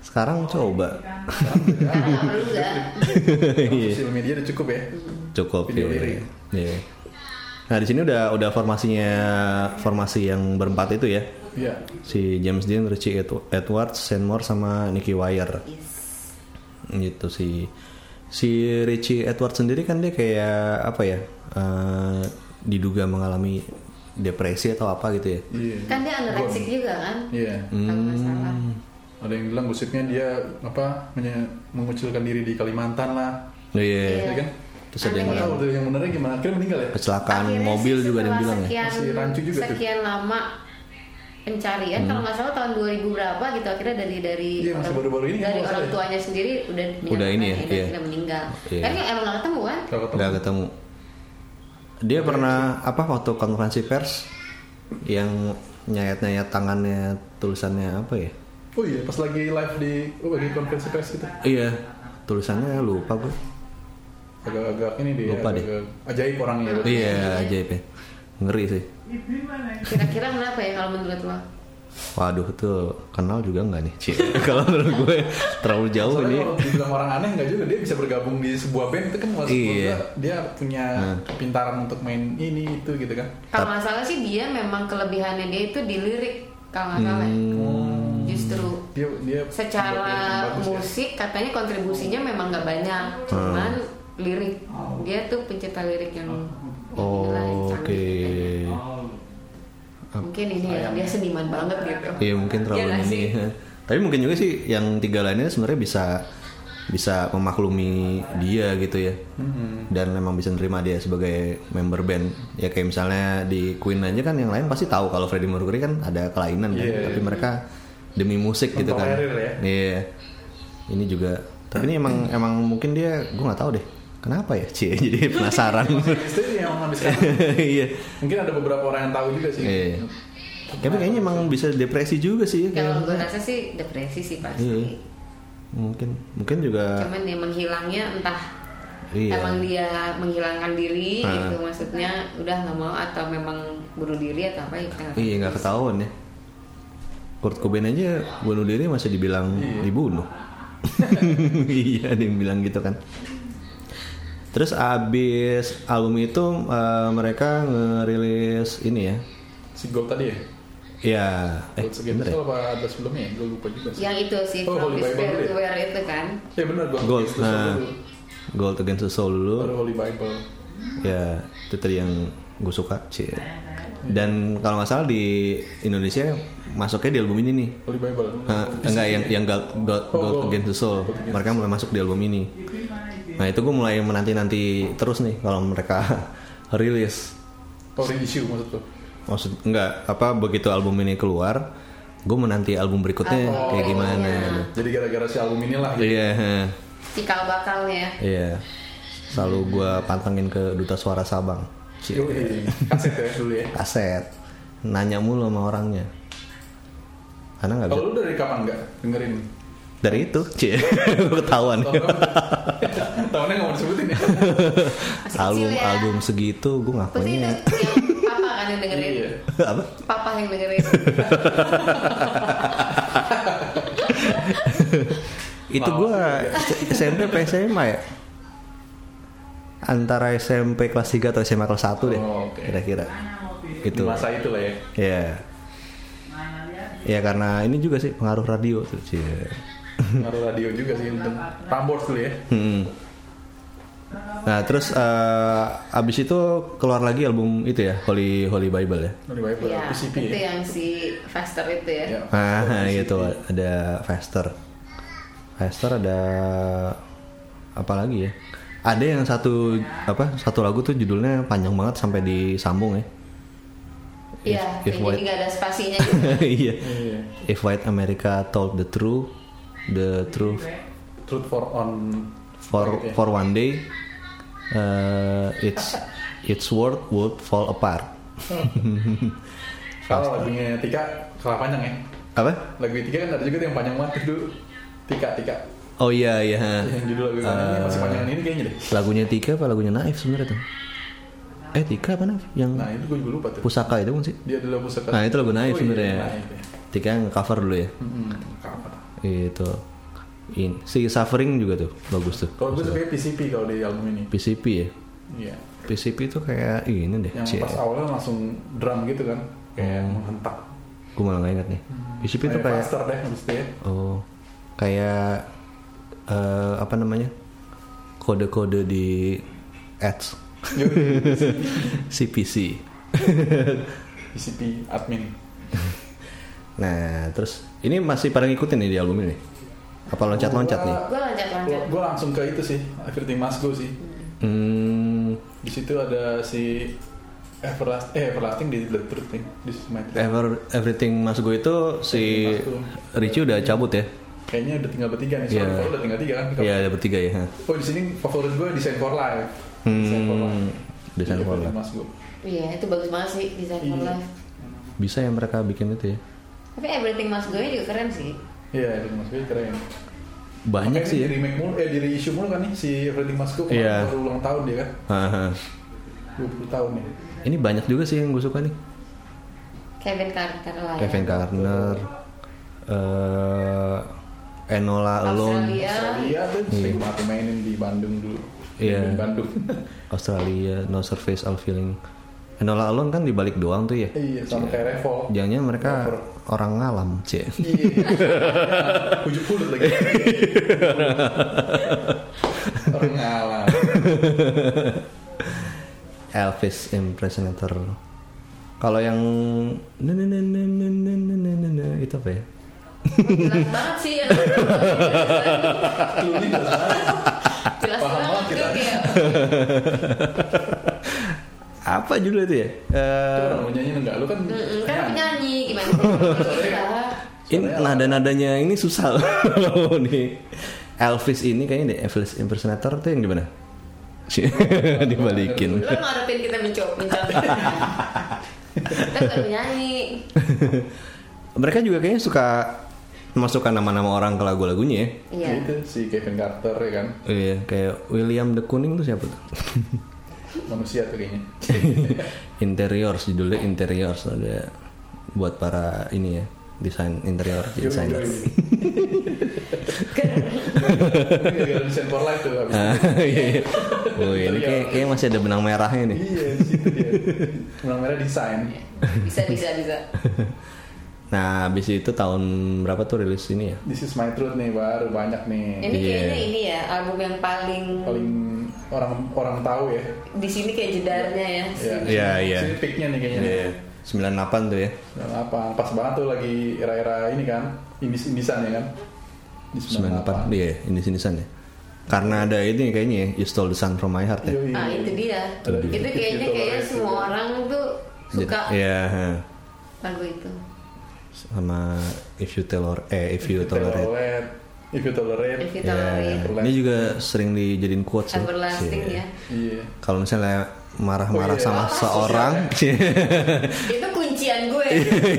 Speaker 3: Sekarang coba.
Speaker 1: Karena nggak perlu nggak.
Speaker 3: Iya.
Speaker 4: Sosial media udah cukup ya.
Speaker 3: cukup
Speaker 4: Video
Speaker 3: ya.
Speaker 4: lirik.
Speaker 3: Iya. Nah, di sini udah udah formasinya formasi yang berempat itu ya.
Speaker 4: Iya.
Speaker 3: si James Dean, Richie Ed- Edwards, Shane Moore sama Nicky Wire. Gitu si si Richie Edwards sendiri kan dia kayak apa ya? eh, diduga mengalami depresi atau apa gitu ya.
Speaker 4: Iya.
Speaker 1: Kan dia anoreksik juga kan?
Speaker 3: Hmm.
Speaker 4: Iya.
Speaker 1: Kalau nggak salah.
Speaker 4: Ada yang bilang gosipnya dia apa menye- mengucilkan diri di Kalimantan lah.
Speaker 3: Oh, Iya.
Speaker 4: Ya kan?
Speaker 3: Terus ada yang
Speaker 4: Nggak tahu
Speaker 3: bilang
Speaker 4: tuh yang benernya gimana akhirnya meninggal ya.
Speaker 3: kecelakaan
Speaker 1: Akhirnya
Speaker 3: mobil
Speaker 1: sih
Speaker 3: juga ada yang
Speaker 1: setelah
Speaker 3: bilang ya.
Speaker 1: sekian,
Speaker 4: Masih rancu juga tuh.
Speaker 1: sekian lama pencarian
Speaker 3: Hmm.
Speaker 1: kalau nggak salah tahun 2000 berapa gitu akhirnya dari dari
Speaker 4: Iya, masih baru-baru ini kan
Speaker 1: dari
Speaker 4: kalau nggak
Speaker 1: orang
Speaker 4: salah ya.
Speaker 1: tuanya sendiri udah
Speaker 3: Udah ini ya,
Speaker 1: menyatakan
Speaker 3: iya.
Speaker 1: udah meninggal
Speaker 3: Iya.
Speaker 1: tapi emang nggak ketemu kan
Speaker 4: Kalau ketemu.
Speaker 3: nggak ketemu. Dia pernah apa waktu konferensi pers yang nyayat-nyayat tangannya tulisannya apa ya?
Speaker 4: Oh iya, pas lagi live di oh, di konferensi pers gitu.
Speaker 3: Iya, tulisannya lupa gue.
Speaker 4: Agak-agak ini dia.
Speaker 3: Lupa deh.
Speaker 4: agak ajaib orangnya.
Speaker 1: Hmm.
Speaker 3: Iya, ajaib ya. Ngeri sih.
Speaker 1: kira-kira kenapa ya kalau menurut lo
Speaker 3: Waduh, itu kenal juga nggak nih? Cie, *laughs* kalau menurut gue terlalu jauh Oh,
Speaker 4: Soalnya
Speaker 3: ini.
Speaker 4: kalau dibilang orang aneh nggak juga dia bisa bergabung di sebuah band itu kan maksud
Speaker 3: Iya. Nah.
Speaker 4: gua dia punya kepintaran untuk main ini itu gitu kan.
Speaker 1: kalau nggak salah sih dia memang kelebihannya dia itu di lirik kalau nggak salah ya.
Speaker 3: Hmm,
Speaker 1: justru
Speaker 4: Dia dia dia
Speaker 1: secara
Speaker 4: bagus ya.
Speaker 1: musik katanya kontribusinya memang nggak banyak
Speaker 3: Hmm.
Speaker 1: cuman lirik dia tuh pencetak lirik yang
Speaker 3: Oh,
Speaker 1: inilah, yang
Speaker 3: Oke.
Speaker 1: canggih katanya.
Speaker 3: Oh.
Speaker 1: mungkin ini ya dia seniman banget gitu
Speaker 3: Iya mungkin terlalu
Speaker 1: Iya nggak
Speaker 3: ini. *laughs* Tapi mungkin juga sih yang tiga lainnya sebenarnya bisa bisa memaklumi dia gitu ya.
Speaker 4: Mm-hmm.
Speaker 3: Dan memang bisa nerima dia sebagai member band. Ya kayak misalnya di Queen aja kan yang lain pasti tahu kalau Freddie Mercury kan ada kelainan kan.
Speaker 4: Iya.
Speaker 3: Tapi mereka demi musik gitu kan.
Speaker 4: Mentolerir ya.
Speaker 3: Iya. Ini juga tapi ini emang emang mungkin dia gue nggak tahu deh. Kenapa ya? *laughs* Cie, jadi
Speaker 1: *laughs*
Speaker 3: penasaran.
Speaker 4: Istri yang menghabiskan.
Speaker 3: Iya.
Speaker 4: Mungkin ada beberapa orang yang tahu juga sih.
Speaker 3: Iya. Tapi kayaknya emang bisa depresi juga sih.
Speaker 1: kalau
Speaker 3: kayak-
Speaker 1: gue rasa sih depresi sih
Speaker 3: Iya.
Speaker 1: pasti
Speaker 3: Mungkin mungkin juga
Speaker 1: cuman ya menghilangnya entah
Speaker 3: Iya.
Speaker 1: emang dia menghilangkan diri
Speaker 3: Ah.
Speaker 1: gitu maksudnya udah nggak mau atau memang bunuh diri atau apa ya kita nggak tahu.
Speaker 3: iya nggak ketahuan ya. Kurt Cobain aja bunuh diri masih dibilang dibunuh. *laughs* iya, ada yang bilang gitu kan. Terus abis album itu eh, mereka ngerilis ini ya.
Speaker 4: Si Gold tadi ya.
Speaker 3: Ya, eh
Speaker 4: Gold segitu
Speaker 3: bener ya.
Speaker 4: atau apa ada sebelumnya? Gue lupa juga sih.
Speaker 1: yang itu sih
Speaker 4: Oh,
Speaker 1: from
Speaker 4: Holy
Speaker 1: Despair
Speaker 4: Bible
Speaker 1: to
Speaker 4: ya?
Speaker 1: Wear itu kan
Speaker 4: Ya benar Gold.
Speaker 3: Gold,
Speaker 4: Itu
Speaker 3: nah,
Speaker 4: dulu.
Speaker 3: Gold Against the Soul dulu.
Speaker 4: Baru Holy Bible.
Speaker 3: Ya, itu tadi yang gue suka sih. Dan kalau nggak salah di Indonesia masuknya di album ini nih.
Speaker 4: Holy Bible.
Speaker 3: Nah, enggak yang yang Gold, Gold,
Speaker 4: Oh,
Speaker 3: Gold
Speaker 4: Gold.
Speaker 3: Against the Soul. Mereka mulai masuk di album ini. Nah itu gue mulai menanti nanti terus nih kalau mereka *laughs* rilis.
Speaker 4: Oh, reissue maksud lu.
Speaker 3: Maksud enggak apa begitu album ini keluar,
Speaker 4: Oh.
Speaker 3: gue menanti album berikutnya kayak gimana.
Speaker 4: Jadi gara-gara si album inilah gitu.
Speaker 3: Iya. *laughs*
Speaker 1: cikal bakalnya ya.
Speaker 3: Iya. Selalu gua pantengin ke duta suara Sabang. Cie,
Speaker 4: Yoi, kaset ya dulu ya.
Speaker 3: Kaset. Nanya mulu sama orangnya. Karena nggak bisa.
Speaker 4: Kalau lu dari kapan nggak dengerin? *laughs*
Speaker 3: Dari itu, cie, *laughs* ketahuan.
Speaker 4: Tahun berapa? Tahunnya nggak mau disebutin ya.
Speaker 1: Masih
Speaker 3: album
Speaker 1: kecil ya.
Speaker 3: album segitu gue
Speaker 1: pasti itu
Speaker 3: ngakuinnya
Speaker 1: yang papa kan yang dengerin
Speaker 4: Iya.
Speaker 3: *laughs* apa?
Speaker 1: papa yang
Speaker 4: *laughs*
Speaker 1: dengerin
Speaker 3: Itu gue SMP apa SMA ya? Antara SMP kelas 3 atau SMA kelas 1 deh.
Speaker 4: Oh, oke.
Speaker 3: Kira-kira. Gitu. Itu.
Speaker 4: Di masa itu lah ya.
Speaker 3: Ya. Ya karena ini juga sih pengaruh radio tuh. Cie.
Speaker 4: Ngaruh radio juga sih. untung. Prambors dulu ya.
Speaker 3: Hmm. Nah, terus eh, abis itu keluar lagi album itu ya, Holy Holy Bible ya.
Speaker 4: Dari Bible,
Speaker 1: ya
Speaker 4: PCP
Speaker 1: itu
Speaker 4: ya.
Speaker 1: yang si faster itu ya
Speaker 4: Ya.
Speaker 3: Ah, *laughs* gitu ada Faster. Faster ada apa lagi ya? Ada yang satu apa? Satu lagu tuh judulnya panjang banget sampai disambung ya. *laughs*
Speaker 1: Iya,
Speaker 3: If- if
Speaker 1: yang
Speaker 3: white-
Speaker 1: jadi nggak ada spasinya
Speaker 4: *laughs*
Speaker 1: gitu.
Speaker 3: Iya.
Speaker 4: Iya.
Speaker 3: If White America told the truth, the truth
Speaker 4: Truth for on
Speaker 3: for
Speaker 4: Gitu ya.
Speaker 3: for one day uh, it's it's world would fall apart.
Speaker 4: Kalau lagunya Tika kalah panjang ya.
Speaker 3: apa?
Speaker 4: Lagu Tika kan ada juga tuh yang panjang banget itu. Tika Tika.
Speaker 3: Oh iya iya.
Speaker 4: Yang judul lagu panjangnya masih panjangan ini kayaknya deh.
Speaker 3: Lagunya Tika apa lagunya Naif sebenarnya tuh? Eh Tika apa Naif? Yang
Speaker 4: Nah itu gue juga lupa tuh.
Speaker 3: pusaka itu kan sih?
Speaker 4: Dia adalah pusat.
Speaker 3: Nah itu lagu Naif sebenarnya.
Speaker 4: Naif ya.
Speaker 3: Tika yang cover dulu ya.
Speaker 4: Hmm, kapan?
Speaker 3: Itu. In. Si Suffering juga tuh bagus tuh.
Speaker 4: Kalau gue suka PCP kalau di album ini.
Speaker 3: PCP ya.
Speaker 4: Iya.
Speaker 3: PCP itu kayak ini deh.
Speaker 4: Yang
Speaker 3: Cie.
Speaker 4: pas awalnya langsung drum gitu kan. Kayak
Speaker 3: Hmm.
Speaker 4: menghentak.
Speaker 3: Gue malah gak ingat nih. PCP itu
Speaker 4: Hmm. Kayak
Speaker 3: kayak
Speaker 4: faster deh habis itu ya.
Speaker 3: Oh, kayak eh, apa namanya kode-kode di
Speaker 4: *laughs*
Speaker 3: ads CPC.
Speaker 4: PCP admin.
Speaker 3: *laughs* Nah, terus ini masih pada ngikutin nih di album ini. Apa loncat-loncat nih?
Speaker 1: Gue lanjut-lanjut.
Speaker 4: Gue langsung ke itu sih. Everything Must Go sih.
Speaker 3: Hmm,
Speaker 4: Di situ ada si Everlast eh Everlasting di The Truth nih. Di My Truth.
Speaker 3: ever everything mas gue itu si
Speaker 4: Everything
Speaker 3: Richie udah cabut ya?
Speaker 4: Kayaknya udah tinggal bertiga nih. Soalnya
Speaker 3: Iya.
Speaker 4: kalau udah tinggal tiga kan.
Speaker 3: Iya, ada bertiga ya. ha.
Speaker 4: Oh di sini favorit gue Design for Life. Design for Life.
Speaker 3: Hmm, desain
Speaker 4: Di
Speaker 3: pola.
Speaker 4: Everything Must Go.
Speaker 1: Iya, itu bagus banget sih desain for
Speaker 4: Iya.
Speaker 1: life.
Speaker 3: Bisa ya mereka bikin itu ya?
Speaker 1: Tapi everything mas gue juga keren sih.
Speaker 4: Iya, Everything Must Go keren.
Speaker 3: Banyak
Speaker 4: Makanya
Speaker 3: sih
Speaker 4: di
Speaker 3: ya.
Speaker 4: remake mulu, eh di reissue mulu kan nih si Everything Must Go kemarin
Speaker 3: Iya.
Speaker 4: baru ulang tahun dia kan.
Speaker 3: Haha.
Speaker 4: 20 tahun ya.
Speaker 3: Ini banyak juga sih yang gue suka nih.
Speaker 1: Kevin Carter lah. ya.
Speaker 3: Kevin Garner, eh, Enola Alone,
Speaker 1: Australia.
Speaker 4: Australia tuh sering banget mainin di Bandung dulu.
Speaker 3: Iya.
Speaker 4: Di Bandung. *laughs*
Speaker 3: Australia, No Surface, All Feeling. Enola Alone kan dibalik doang tuh ya.
Speaker 4: iya, sama kayak Revol.
Speaker 3: Jangan mereka orang ngalam, cie.
Speaker 4: Ujuk kulit lagi.
Speaker 3: *laughs*
Speaker 4: Orang ngalah.
Speaker 3: Elvis Impersonator. Kalau yang na- na- na- na- na- na- na- na- na- na- itu apa ya?
Speaker 1: Jelas banget sih. Jelas
Speaker 4: Lu ini udah salah. Paham
Speaker 1: banget
Speaker 4: banget kita.
Speaker 1: tuh kayak.
Speaker 3: Apa judul itu ya?
Speaker 4: Itu
Speaker 3: Eh,
Speaker 4: orang mau nyanyi enggak? Lu kan
Speaker 1: Mm-mm, Kan
Speaker 4: penyanyi.
Speaker 1: penyanyi gimana?
Speaker 3: ini nada-nadanya ini susah *laughs* loh nih. Elvis ini kayaknya deh Elvis Impersonator tuh yang gimana? Cie, *laughs* Dibalikin.
Speaker 1: Lo ngarepin kita mencoba mencoba. *laughs* Kita bukan penyanyi.
Speaker 3: Mereka juga kayaknya suka masukkan nama-nama orang ke lagu-lagunya ya.
Speaker 1: Iya.
Speaker 4: Itu si Kevin Carter ya kan.
Speaker 3: Iya, kayak William the Kuning tuh siapa tuh?
Speaker 4: Manusia tuh kayaknya.
Speaker 3: *laughs* interiors judulnya interiors ada buat para ini ya desain interior desainer.
Speaker 4: Gara-gara desain for life tuh habis. itu.
Speaker 3: *laughs* Ah, iya, iya. Oh, ini kayak, kayak masih ada benang merahnya nih.
Speaker 4: Iya, di situ dia. Menang merah desain.
Speaker 1: Bisa bisa bisa.
Speaker 3: Nah, habis itu tahun berapa tuh rilis ini ya?
Speaker 4: This is my truth nih baru banyak nih.
Speaker 1: Ini
Speaker 3: Iya.
Speaker 1: kayaknya ini ya album yang paling
Speaker 4: Paling orang orang tahu ya.
Speaker 1: di sini kayak jedarnya ya.
Speaker 4: Iya.
Speaker 3: Iya, iya.
Speaker 4: Sini peaknya nih kayaknya.
Speaker 3: Iya, 98 tuh ya.
Speaker 4: Dan apa pas banget tuh lagi era-era ini kan indis indisan ya kan di
Speaker 3: 98. Iya, ini sinisan ya. Karena ada ini kayaknya ya, You Stole the Sun from My Heart ya.
Speaker 4: Yoi.
Speaker 1: Ah itu dia.
Speaker 4: Itu dia.
Speaker 1: Itu kayaknya
Speaker 4: Itu
Speaker 1: kayaknya
Speaker 4: orang itu.
Speaker 1: semua orang tuh suka
Speaker 3: Iya, ha.
Speaker 1: lagu itu.
Speaker 3: sama If You Tell or eh If You
Speaker 4: Telolet,
Speaker 3: Tolerate.
Speaker 4: If you tolerate.
Speaker 1: If you
Speaker 3: Ya,
Speaker 1: tolerate.
Speaker 3: Ini juga sering dijadiin quotes ya.
Speaker 1: Everlasting
Speaker 3: Cie. *laughs*
Speaker 1: ya.
Speaker 4: Iya.
Speaker 3: Kalau misalnya marah-marah
Speaker 4: Oh, iya.
Speaker 3: sama
Speaker 1: Oh,
Speaker 4: *laughs*
Speaker 3: seorang, cie.
Speaker 1: Itu kuncian gue.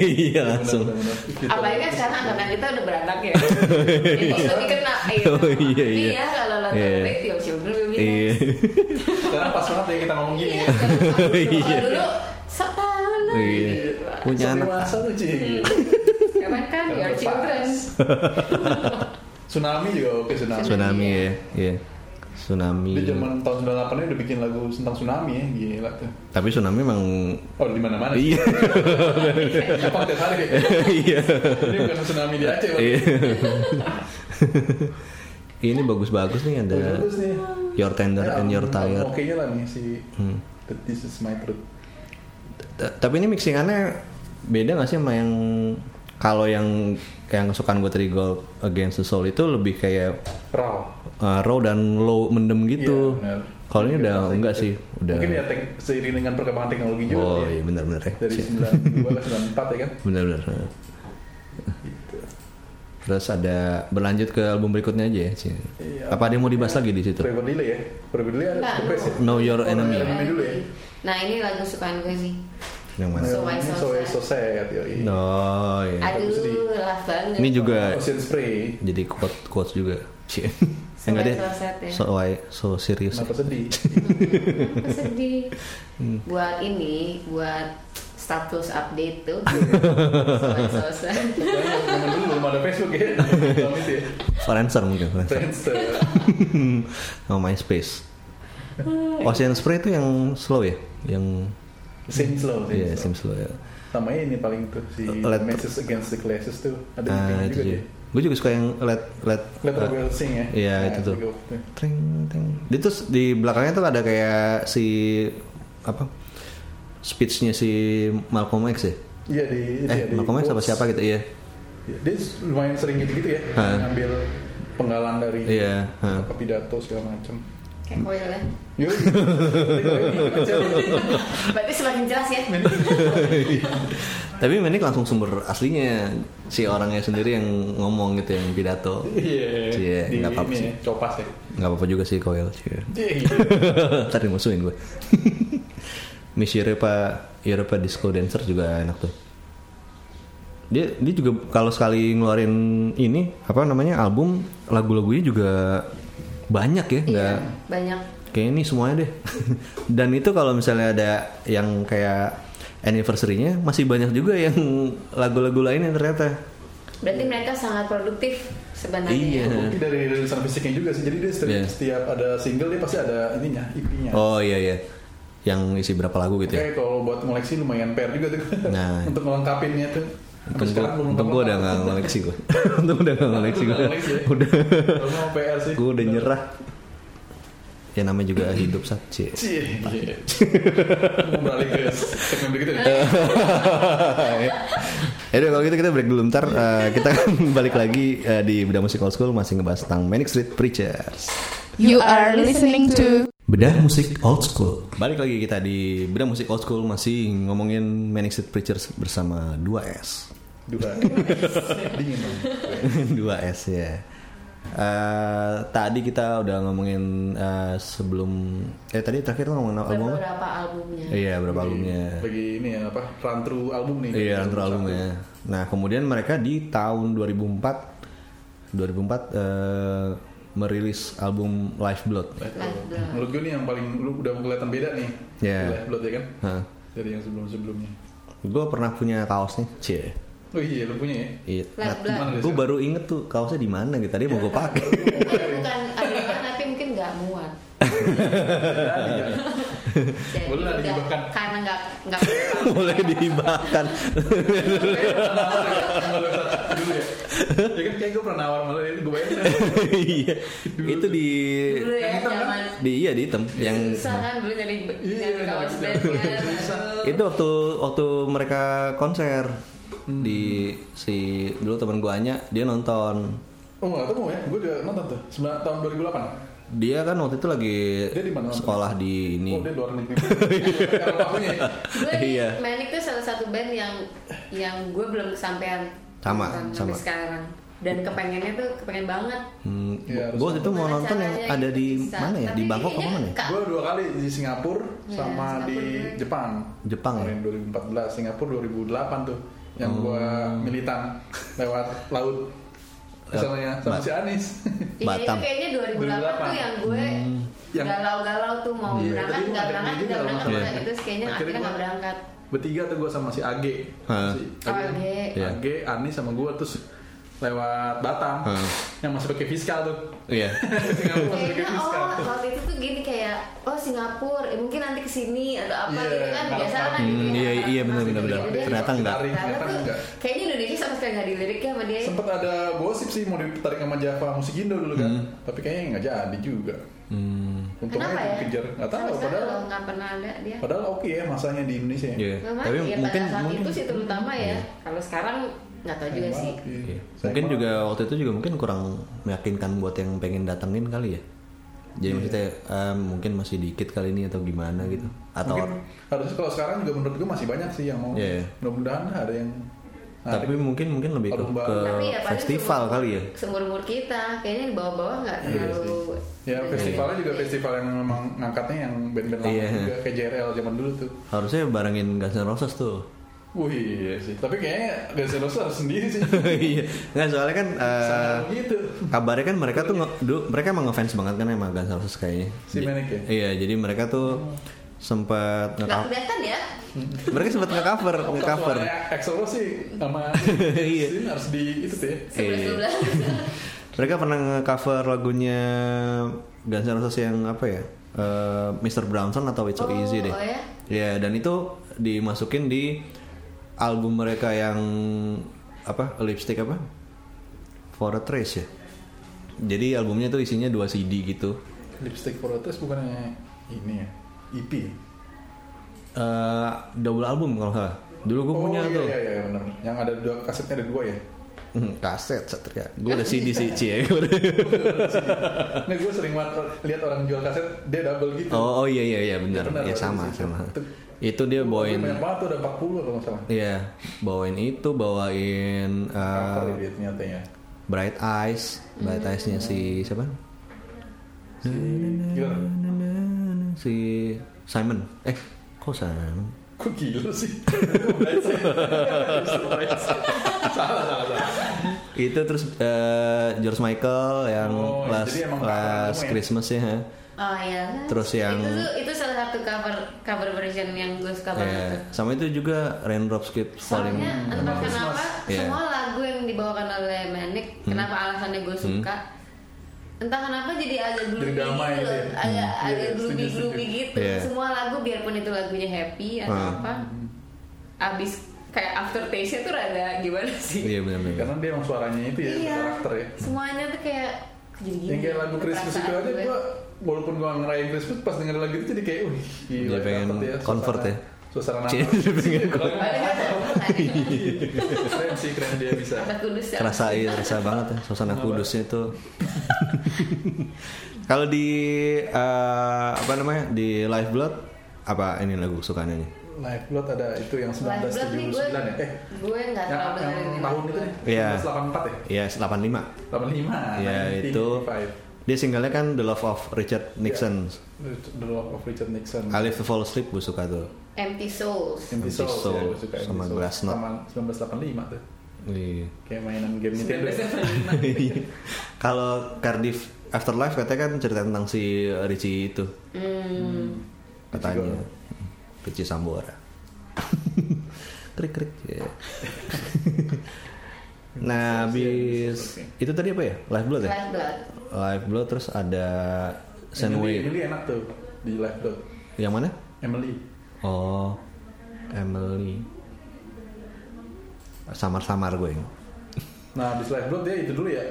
Speaker 3: iya langsung.
Speaker 4: Benar-benar. If you
Speaker 1: Apalagi kan
Speaker 4: tolerate.
Speaker 1: sekarang anak-anak kita udah beranak
Speaker 3: *laughs*
Speaker 1: ya. Itu lebih kena gitu.
Speaker 3: Oh, iya,
Speaker 1: Tapi
Speaker 3: iya.
Speaker 1: ya kalau lo
Speaker 3: Iya.
Speaker 1: tolerate your children will be
Speaker 3: Iya.
Speaker 4: Sekarang pas banget ya kita ngomong gini.
Speaker 1: Iya. kalau-
Speaker 3: Iya.
Speaker 1: kalau Dulu sok tahu lu.
Speaker 3: Iya.
Speaker 1: gitu.
Speaker 3: Punya
Speaker 4: Sok
Speaker 3: anak.
Speaker 4: Dewasa tuh Ci.
Speaker 1: Iya. Karena kan your children.
Speaker 4: Tsunami juga oke tsunami.
Speaker 3: Tsunami ya, iya. Tsunami.
Speaker 4: Dia zaman tahun 98 nya udah bikin lagu tentang tsunami ya, gila tuh.
Speaker 3: Tapi tsunami emang
Speaker 4: Oh di mana mana.
Speaker 3: iya,
Speaker 4: Jepang tiap hari. gitu.
Speaker 3: *laughs* iya.
Speaker 4: Ini bukan tsunami di Aceh. Bang.
Speaker 3: Iya. Ini bagus-bagus nih ada
Speaker 4: Bagus nih.
Speaker 3: Your Tender
Speaker 4: Ya,
Speaker 3: and Your Tire. Hmm.
Speaker 4: Oke nya lah nih si. That This is my truth.
Speaker 3: T- Tapi ini mixingannya beda gak sih sama yang kalau yang yang kesukaan gue tadi Gold Against the Soul itu lebih kayak
Speaker 4: Raw.
Speaker 3: uh, raw dan low mendem gitu.
Speaker 4: Iya, benar.
Speaker 3: kalau ini udah
Speaker 4: Mungkin
Speaker 3: enggak
Speaker 4: pasti.
Speaker 3: sih, udah.
Speaker 4: Mungkin ya tek- seiring dengan perkembangan teknologi juga.
Speaker 3: oh
Speaker 4: ya.
Speaker 3: iya benar-benar ya.
Speaker 4: Dari
Speaker 3: Sih.
Speaker 4: 92 ke 94 ya kan.
Speaker 3: Benar-benar. Gitu. Terus ada berlanjut ke album berikutnya aja ya. Ci.
Speaker 4: Iya.
Speaker 3: Apa ada yang mau dibahas lagi di situ?
Speaker 4: Forever Delay ya. Forever Delay ada
Speaker 1: Enggak,
Speaker 4: request ya.
Speaker 3: Know Your Enemy.
Speaker 4: Enemy dulu ya.
Speaker 1: Iya. Nah ini lagu sukaan gue nih.
Speaker 3: Yang mana?
Speaker 1: So
Speaker 4: Nah,
Speaker 1: Why
Speaker 4: ini
Speaker 1: So
Speaker 4: So Why
Speaker 1: Sad.
Speaker 4: So Sad. yoi.
Speaker 3: Oh iya.
Speaker 1: Aduh,
Speaker 4: sedih.
Speaker 1: love banget.
Speaker 3: Ini juga
Speaker 4: Ocean Spray.
Speaker 3: jadi quote quotes juga. Ci.
Speaker 1: So
Speaker 3: Enggak deh.
Speaker 1: sad ya.
Speaker 3: So why so serius.
Speaker 4: Kenapa sedih?
Speaker 1: Aku sedih.
Speaker 3: Hmm.
Speaker 1: Buat ini, buat status update
Speaker 3: *laughs*
Speaker 1: tuh. Soal-soal.
Speaker 4: Zaman dulu belum ada Facebook ya. Belum itu ya. uh,
Speaker 3: Friendster mungkin.
Speaker 4: *laughs*
Speaker 3: Friendster.
Speaker 4: Friendster.
Speaker 3: Oh MySpace. Ocean Spray itu yang slow ya, yang
Speaker 4: Same slow. same
Speaker 3: ya
Speaker 4: slow.
Speaker 3: seems slow ya.
Speaker 4: Sama ini paling tuh si
Speaker 3: Let-
Speaker 4: Matches Against the Classes tuh ada
Speaker 3: Ah,
Speaker 4: videonya
Speaker 3: itu
Speaker 4: juga
Speaker 3: juga.
Speaker 4: dia.
Speaker 3: Gue juga suka yang let let
Speaker 4: Let the
Speaker 3: uh,
Speaker 4: World Sing ya.
Speaker 3: Iya,
Speaker 4: Nah,
Speaker 3: itu tuh.
Speaker 4: juga waktu itu.
Speaker 3: Tring, tring. Di terus di belakangnya tuh ada kayak si apa speechnya si Malcolm X ya.
Speaker 4: Iya di itu ya,
Speaker 3: Eh
Speaker 4: di
Speaker 3: Malcolm X apa
Speaker 4: quotes.
Speaker 3: siapa gitu iya.
Speaker 4: Iya, Dia lumayan sering gitu-gitu ya,
Speaker 3: Hah.
Speaker 4: ngambil penggalan dari
Speaker 3: Iya. ha.
Speaker 4: apa pidato segala macam.
Speaker 1: Kayak koil ya.
Speaker 4: Yoi. Ini
Speaker 1: Berarti semakin jelas ya.
Speaker 3: Iya. Tapi Manik langsung sumber aslinya si orangnya sendiri yang ngomong gitu yang pidato. Iya,
Speaker 4: *laughs* Iya. Di
Speaker 3: nggak apa-apa
Speaker 4: ini
Speaker 3: sih.
Speaker 4: ya, copas ya.
Speaker 3: Nggak apa-apa juga sih Koel. Cie.
Speaker 4: Iya.
Speaker 3: *laughs* Ntar dimusuhin gue. *laughs* Miss Europa Europa Disco Dancer juga enak tuh. Dia dia juga kalau sekali ngeluarin ini apa namanya album lagu-lagunya juga banyak ya,
Speaker 1: Iya,
Speaker 3: nggak
Speaker 1: banyak.
Speaker 4: Iya.
Speaker 3: kayak ini semuanya deh. *laughs* Dan itu kalau misalnya ada yang kayak anniversary-nya masih banyak juga yang lagu-lagu lainnya ternyata.
Speaker 1: Berarti mereka sangat produktif
Speaker 3: Iya.
Speaker 1: sebenarnya.
Speaker 4: Mungkin dari rilisan fisiknya juga sih. Jadi dia setiap,
Speaker 3: Iya.
Speaker 4: setiap ada single dia pasti ada ininya, IP-nya.
Speaker 3: Oh iya iya. Yang isi berapa lagu gitu ya.
Speaker 4: Oke, kalau buat koleksi lumayan fair juga tuh.
Speaker 3: Nah.
Speaker 4: *laughs* Untuk melengkapinnya tuh. Sampai
Speaker 3: Untung
Speaker 4: sekarang belum
Speaker 3: gue- untung gue udah gak ngoleksi
Speaker 4: *laughs*
Speaker 3: gue Untung udah gak ngoleksi gue *laughs* Udah
Speaker 4: ya. Kalau mau PR sih.
Speaker 3: Gue udah nyerah Ya namanya juga hidup sat Cie.
Speaker 4: Cie. iya. Mau balik ke segmen berikutnya.
Speaker 3: Eh. Yaudah kalau gitu kita break dulu Ntar eh, kita akan *laughs* balik lagi eh, di Bedah Musik Old School Masih ngebahas tentang Manic Street Preachers
Speaker 5: You are listening to
Speaker 2: Bedah musik old school.
Speaker 3: Balik lagi kita di Bedah Musik Old School Masih ngomongin Manic Street Preachers bersama *laughs* 2S
Speaker 4: Dua. Dingin dong.
Speaker 3: 2S ya Eh, Tadi kita udah ngomongin eh, sebelum Eh tadi terakhir lo ngomongin album apa?
Speaker 1: Beberapa albumnya.
Speaker 3: Iya berapa albumnya
Speaker 4: Bagi ini ya apa? Run through album nih.
Speaker 3: Iya antara albumnya Nah kemudian mereka di tahun 2004 2004 eh, merilis album Lifeblood
Speaker 1: Lifeblood.
Speaker 4: Menurut gue nih yang paling lu udah kelihatan beda nih.
Speaker 3: Iya.
Speaker 4: Blood ya kan?
Speaker 3: Hah.
Speaker 4: Dari yang sebelum-sebelumnya.
Speaker 3: Gue Nah, pernah punya kaosnya Cie
Speaker 4: Oh iya, lu punya ya? *laughs*
Speaker 3: Iya.
Speaker 1: Lifeblood.
Speaker 4: Mana dia
Speaker 3: Gue baru inget tuh kaosnya di mana gitu Tadi mau gue pakai *laughs*
Speaker 1: Bukan, bukan ada di mana, tapi mungkin nggak muat. Jadi
Speaker 4: *laughs* Boleh lah
Speaker 1: udah,
Speaker 4: dihibahkan.
Speaker 1: Karena nggak nggak
Speaker 3: Mulai dihibahkan *laughs*
Speaker 4: Dulu ya? Ya kan kayak gue pernah nawar malah ini gue bayar.
Speaker 3: Iya Itu di
Speaker 1: dulu ya zaman
Speaker 3: di iya di item yang
Speaker 1: susah kan dulu nyari
Speaker 4: Iya,
Speaker 1: nyari kaos
Speaker 4: iya,
Speaker 1: bandnya.
Speaker 4: susah.
Speaker 1: baru.
Speaker 3: itu waktu waktu mereka konser di si dulu teman gua Anya dia nonton
Speaker 4: Oh nggak ketemu ya? Gue udah nonton tuh. Sembilan tahun 2008.
Speaker 3: dia kan waktu itu lagi
Speaker 4: Dia di mana nonton?
Speaker 3: sekolah di ini
Speaker 4: Oh dia luar negeri. *laughs* Kalau akunya ya.
Speaker 1: Gue nih,
Speaker 3: Iya.
Speaker 1: Manic tuh salah satu band yang yang gue belum kesampaian
Speaker 3: Sama,
Speaker 1: Bukan,
Speaker 3: sama.
Speaker 1: sampai sekarang. dan kepengennya tuh kepengen banget
Speaker 3: Hmm,
Speaker 4: Ya, harus
Speaker 3: gue itu mau
Speaker 1: Gimana
Speaker 3: nonton yang
Speaker 1: caranya
Speaker 3: ada
Speaker 1: gitu
Speaker 3: di
Speaker 1: bisa.
Speaker 3: mana ya? Di
Speaker 1: Tapi
Speaker 3: Bangkok apa
Speaker 1: kayaknya
Speaker 3: mana ya?
Speaker 1: Kak,
Speaker 4: Gue dua kali di Singapura
Speaker 1: Ya,
Speaker 4: sama
Speaker 1: Singapura
Speaker 4: di
Speaker 1: juga.
Speaker 4: Jepang.
Speaker 3: Jepang ya? Oh.
Speaker 4: Kemarin 2014, Singapura 2008 tuh yang gua militan lewat laut misalnya sama
Speaker 3: Bat-
Speaker 4: si Anis. *laughs*
Speaker 1: Iya,
Speaker 3: Batam. Hmm.
Speaker 1: itu kayaknya 2008, tuh
Speaker 4: 2008.
Speaker 1: yang gue
Speaker 4: Yang-
Speaker 1: galau-galau tuh mau
Speaker 4: Iya,
Speaker 1: berangkat
Speaker 4: tadi
Speaker 1: nggak
Speaker 4: gua
Speaker 1: berangkat
Speaker 4: ada
Speaker 1: nggak
Speaker 4: juga
Speaker 1: berangkat
Speaker 4: sama-
Speaker 1: nggak.
Speaker 4: Iya.
Speaker 1: terus kayaknya
Speaker 4: Akhirnya
Speaker 1: akhirnya nggak
Speaker 4: gua-
Speaker 1: berangkat
Speaker 4: Bertiga tuh gue sama si Age.
Speaker 3: Hah.
Speaker 4: Si
Speaker 1: Oh, Age.
Speaker 3: Iya.
Speaker 4: Age, Anis sama gue terus lewat Batam
Speaker 3: Hah.
Speaker 4: yang masih pakai fiskal
Speaker 1: *laughs*
Speaker 4: tuh.
Speaker 3: Iya.
Speaker 4: Singapura masih pakai
Speaker 1: kayaknya
Speaker 4: fiskal.
Speaker 1: oh waktu itu tuh gini kayak oh Singapura eh, mungkin nanti kesini atau apa
Speaker 4: Iya,
Speaker 1: gitu kan biasa
Speaker 4: harapan.
Speaker 1: kan gitu
Speaker 3: Hmm,
Speaker 1: ya,
Speaker 3: iya, iya, benar,
Speaker 1: harapan
Speaker 3: benar,
Speaker 1: gitu.
Speaker 3: benar.
Speaker 1: Jadi,
Speaker 3: Ternyata enggak.
Speaker 1: ternyata
Speaker 4: Ternyata
Speaker 1: tuh
Speaker 4: enggak.
Speaker 1: kayaknya Indonesia sama sekali nggak dilirik ya sama dia
Speaker 4: Sempet ada gosip sih mau ditarik sama Java Musik Indo dulu kan, tapi kayaknya nggak jadi juga.
Speaker 3: Hmm,
Speaker 4: Untungnya
Speaker 1: kenapa
Speaker 4: itu
Speaker 1: ya
Speaker 4: dikejar, nggak
Speaker 1: Sama
Speaker 4: tahu.
Speaker 1: sekali
Speaker 4: Padahal,
Speaker 1: loh, nggak pernah ada dia
Speaker 4: padahal oke ya masanya di Indonesia. ya.
Speaker 3: iya.
Speaker 1: Memang
Speaker 3: Tapi
Speaker 1: iya,
Speaker 3: mungkin
Speaker 1: pada saat
Speaker 3: mungkin
Speaker 1: itu sih terutama ya kalau sekarang nggak tahu juga sih
Speaker 4: Iya.
Speaker 3: Iya. Mungkin juga waktu itu juga mungkin kurang meyakinkan buat yang pengen datengin kali ya. Jadi
Speaker 4: Iya.
Speaker 3: maksudnya eh, mungkin masih dikit kali ini atau gimana gitu. Atau
Speaker 4: Mungkin harusnya kalau sekarang juga menurut gue masih banyak sih yang mau.
Speaker 3: Iya, iya.
Speaker 4: Mudah-mudahan ada yang.
Speaker 3: tapi
Speaker 4: narik.
Speaker 3: mungkin mungkin lebih ke,
Speaker 4: Lomba.
Speaker 3: ke
Speaker 1: tapi ya paling
Speaker 3: festival
Speaker 1: seumur-
Speaker 3: kali ya.
Speaker 1: seumur umur kita kayaknya di bawah bawah nggak
Speaker 3: Iya
Speaker 1: terlalu
Speaker 4: ya festivalnya juga
Speaker 1: Iya.
Speaker 4: festival yang memang ngangkatnya yang band-band lama
Speaker 3: Iya.
Speaker 4: juga kayak JRL zaman dulu tuh.
Speaker 3: Harusnya barengin Guns N' Roses tuh. *laughs*
Speaker 4: Wih iya sih. Tapi kayaknya Guns N' Roses harus sendiri sih.
Speaker 3: *laughs* Iya. Nggak, soalnya kan eh,
Speaker 4: Sangat gitu.
Speaker 3: kabarnya kan mereka tuh nge- du- mereka emang ngefans banget kan emang Guns N' Roses kayaknya.
Speaker 4: Si
Speaker 3: Ji-
Speaker 4: Manic ya?
Speaker 3: Iya, jadi mereka tuh sempat
Speaker 1: nggak
Speaker 3: nge-cover.
Speaker 1: kelihatan ya
Speaker 3: mereka sempat nge-cover, nge-cover.
Speaker 4: Soalnya Axl Rose sih
Speaker 3: *laughs*
Speaker 4: sama
Speaker 3: Iya.
Speaker 4: Sin harus di itu tuh ya.
Speaker 1: sebelas
Speaker 3: Eh.
Speaker 1: dua belas
Speaker 3: *laughs* Mereka pernah nge-cover lagunya Guns N' Roses yang apa ya? Eh, Mr. Brownson atau It's So
Speaker 1: Oh,
Speaker 3: Easy deh.
Speaker 1: oh ya?
Speaker 3: Iya, dan itu dimasukin di album mereka yang apa? Lipstick apa? For a Trace ya. Jadi albumnya tuh isinya dua CD gitu.
Speaker 4: Lipstick for a Test bukannya ini ya. EP.
Speaker 3: Eh, double album kalau nggak salah. Dulu gue punya
Speaker 4: oh, iya,
Speaker 3: tuh.
Speaker 4: Iya iya benar. Yang ada dua kasetnya ada dua ya.
Speaker 3: Hmm, kaset satria. Gue
Speaker 4: *laughs*
Speaker 3: udah CD sih, ya. Cie.
Speaker 4: Iya. Nah gue sering banget lihat orang jual kaset dia double gitu.
Speaker 3: *laughs* oh, iya, oh iya iya iya benar.
Speaker 4: Benar,
Speaker 3: Ya
Speaker 4: ada
Speaker 3: sama
Speaker 4: di situ.
Speaker 3: sama.
Speaker 4: Itu-
Speaker 3: Itu dia
Speaker 4: Tapi
Speaker 3: bawain
Speaker 4: Banyak banget tuh ada 40 kalau nggak salah.
Speaker 3: Iya, bawain itu, bawain uh,
Speaker 4: Cover dia ternyata ya.
Speaker 3: Bright Eyes, Bright Eyes-nya si siapa?
Speaker 4: Si gila.
Speaker 3: Si Simon. Eh, kok Simon?
Speaker 4: Kok gila sih? Surprise. salah salah salah.
Speaker 3: Itu terus uh, George Michael yang
Speaker 4: Oh,
Speaker 3: pas
Speaker 4: jadi emang
Speaker 3: pas
Speaker 4: semua ya?
Speaker 3: Christmas ya. ha?
Speaker 1: oh iya
Speaker 3: Terus yang-
Speaker 1: itu tuh- itu salah satu cover cover version yang gue suka banget
Speaker 3: Iya.
Speaker 1: tuh
Speaker 3: Sama itu juga Raindrops Keep Falling.
Speaker 1: Soalnya entah
Speaker 4: Christmas.
Speaker 1: kenapa
Speaker 3: Iya.
Speaker 1: semua lagu yang dibawakan oleh Manic, kenapa alasannya gue suka? Entah kenapa jadi agak gloomy gitu
Speaker 4: damai
Speaker 1: loh,
Speaker 4: gitu ya.
Speaker 1: agak
Speaker 4: Hmm.
Speaker 1: agak
Speaker 4: Iya,
Speaker 1: gloomy
Speaker 4: setuju,
Speaker 1: gloomy
Speaker 4: setuju.
Speaker 1: gitu.
Speaker 3: Iya.
Speaker 1: Semua lagu biarpun itu lagunya happy atau
Speaker 3: Hmm.
Speaker 1: apa, abis kayak after taste-nya tuh rada gimana sih?
Speaker 3: Iya benar-benar.
Speaker 4: Karena dia emang suaranya itu ya karakter ya.
Speaker 1: Iya. Semuanya tuh kayak jadi gini.
Speaker 4: Yang kayak lagu Christmas Iya, itu aja gue walaupun gue ngerayain Christmas pas denger lagu itu jadi kayak wih gila.
Speaker 3: Dia pengen
Speaker 4: dapet suasana-
Speaker 3: convert ya.
Speaker 4: Suasana
Speaker 3: Cie,
Speaker 4: Natal.
Speaker 3: dia pengen
Speaker 1: ya?
Speaker 4: ya? Keren sih keren dia bisa.
Speaker 1: kudus ya.
Speaker 3: kerasa iya, kerasa banget ya suasana kudusnya itu kalau di eh, apa namanya di Lifeblood apa ini lagu kesukaannya nih
Speaker 4: Lifeblood ada itu yang
Speaker 1: Live Blood nih
Speaker 4: 1979
Speaker 1: gue,
Speaker 4: ya. Eh,
Speaker 1: gue nggak
Speaker 4: yang,
Speaker 1: terlalu
Speaker 4: yang
Speaker 1: dengerin ini.
Speaker 4: tahun itu nih.
Speaker 3: Iya.
Speaker 4: 1984 ya.
Speaker 3: ya 85
Speaker 4: 85.
Speaker 3: ya itu
Speaker 4: 1985.
Speaker 3: dia singlenya kan The Love of Richard Nixon
Speaker 4: The Love of Richard Nixon.
Speaker 3: I Live to Fall Asleep gue suka tuh
Speaker 1: Empty Souls.
Speaker 4: Empty Soul,
Speaker 3: Soul,
Speaker 4: ya, gue suka Empty
Speaker 3: sama
Speaker 4: Soul.
Speaker 3: Glassnut.
Speaker 4: Sama 1985 tuh.
Speaker 3: Iya.
Speaker 4: Kayak mainan game Nintendo.
Speaker 3: *laughs* kalau Cardiff Afterlife katanya kan cerita tentang si Richie itu
Speaker 1: Hmm.
Speaker 3: katanya Richie Sambora *laughs* krik krik ya. *laughs* nah habis itu tadi apa ya live blood ya
Speaker 1: Live Blood.
Speaker 3: live blood terus ada
Speaker 4: Emily,
Speaker 3: Sandway
Speaker 4: Emily enak tuh di Lifeblood.
Speaker 3: yang mana
Speaker 4: Emily.
Speaker 3: oh Emily samar-samar gue ini.
Speaker 4: Nah, di Lifeblood dia itu dulu ya.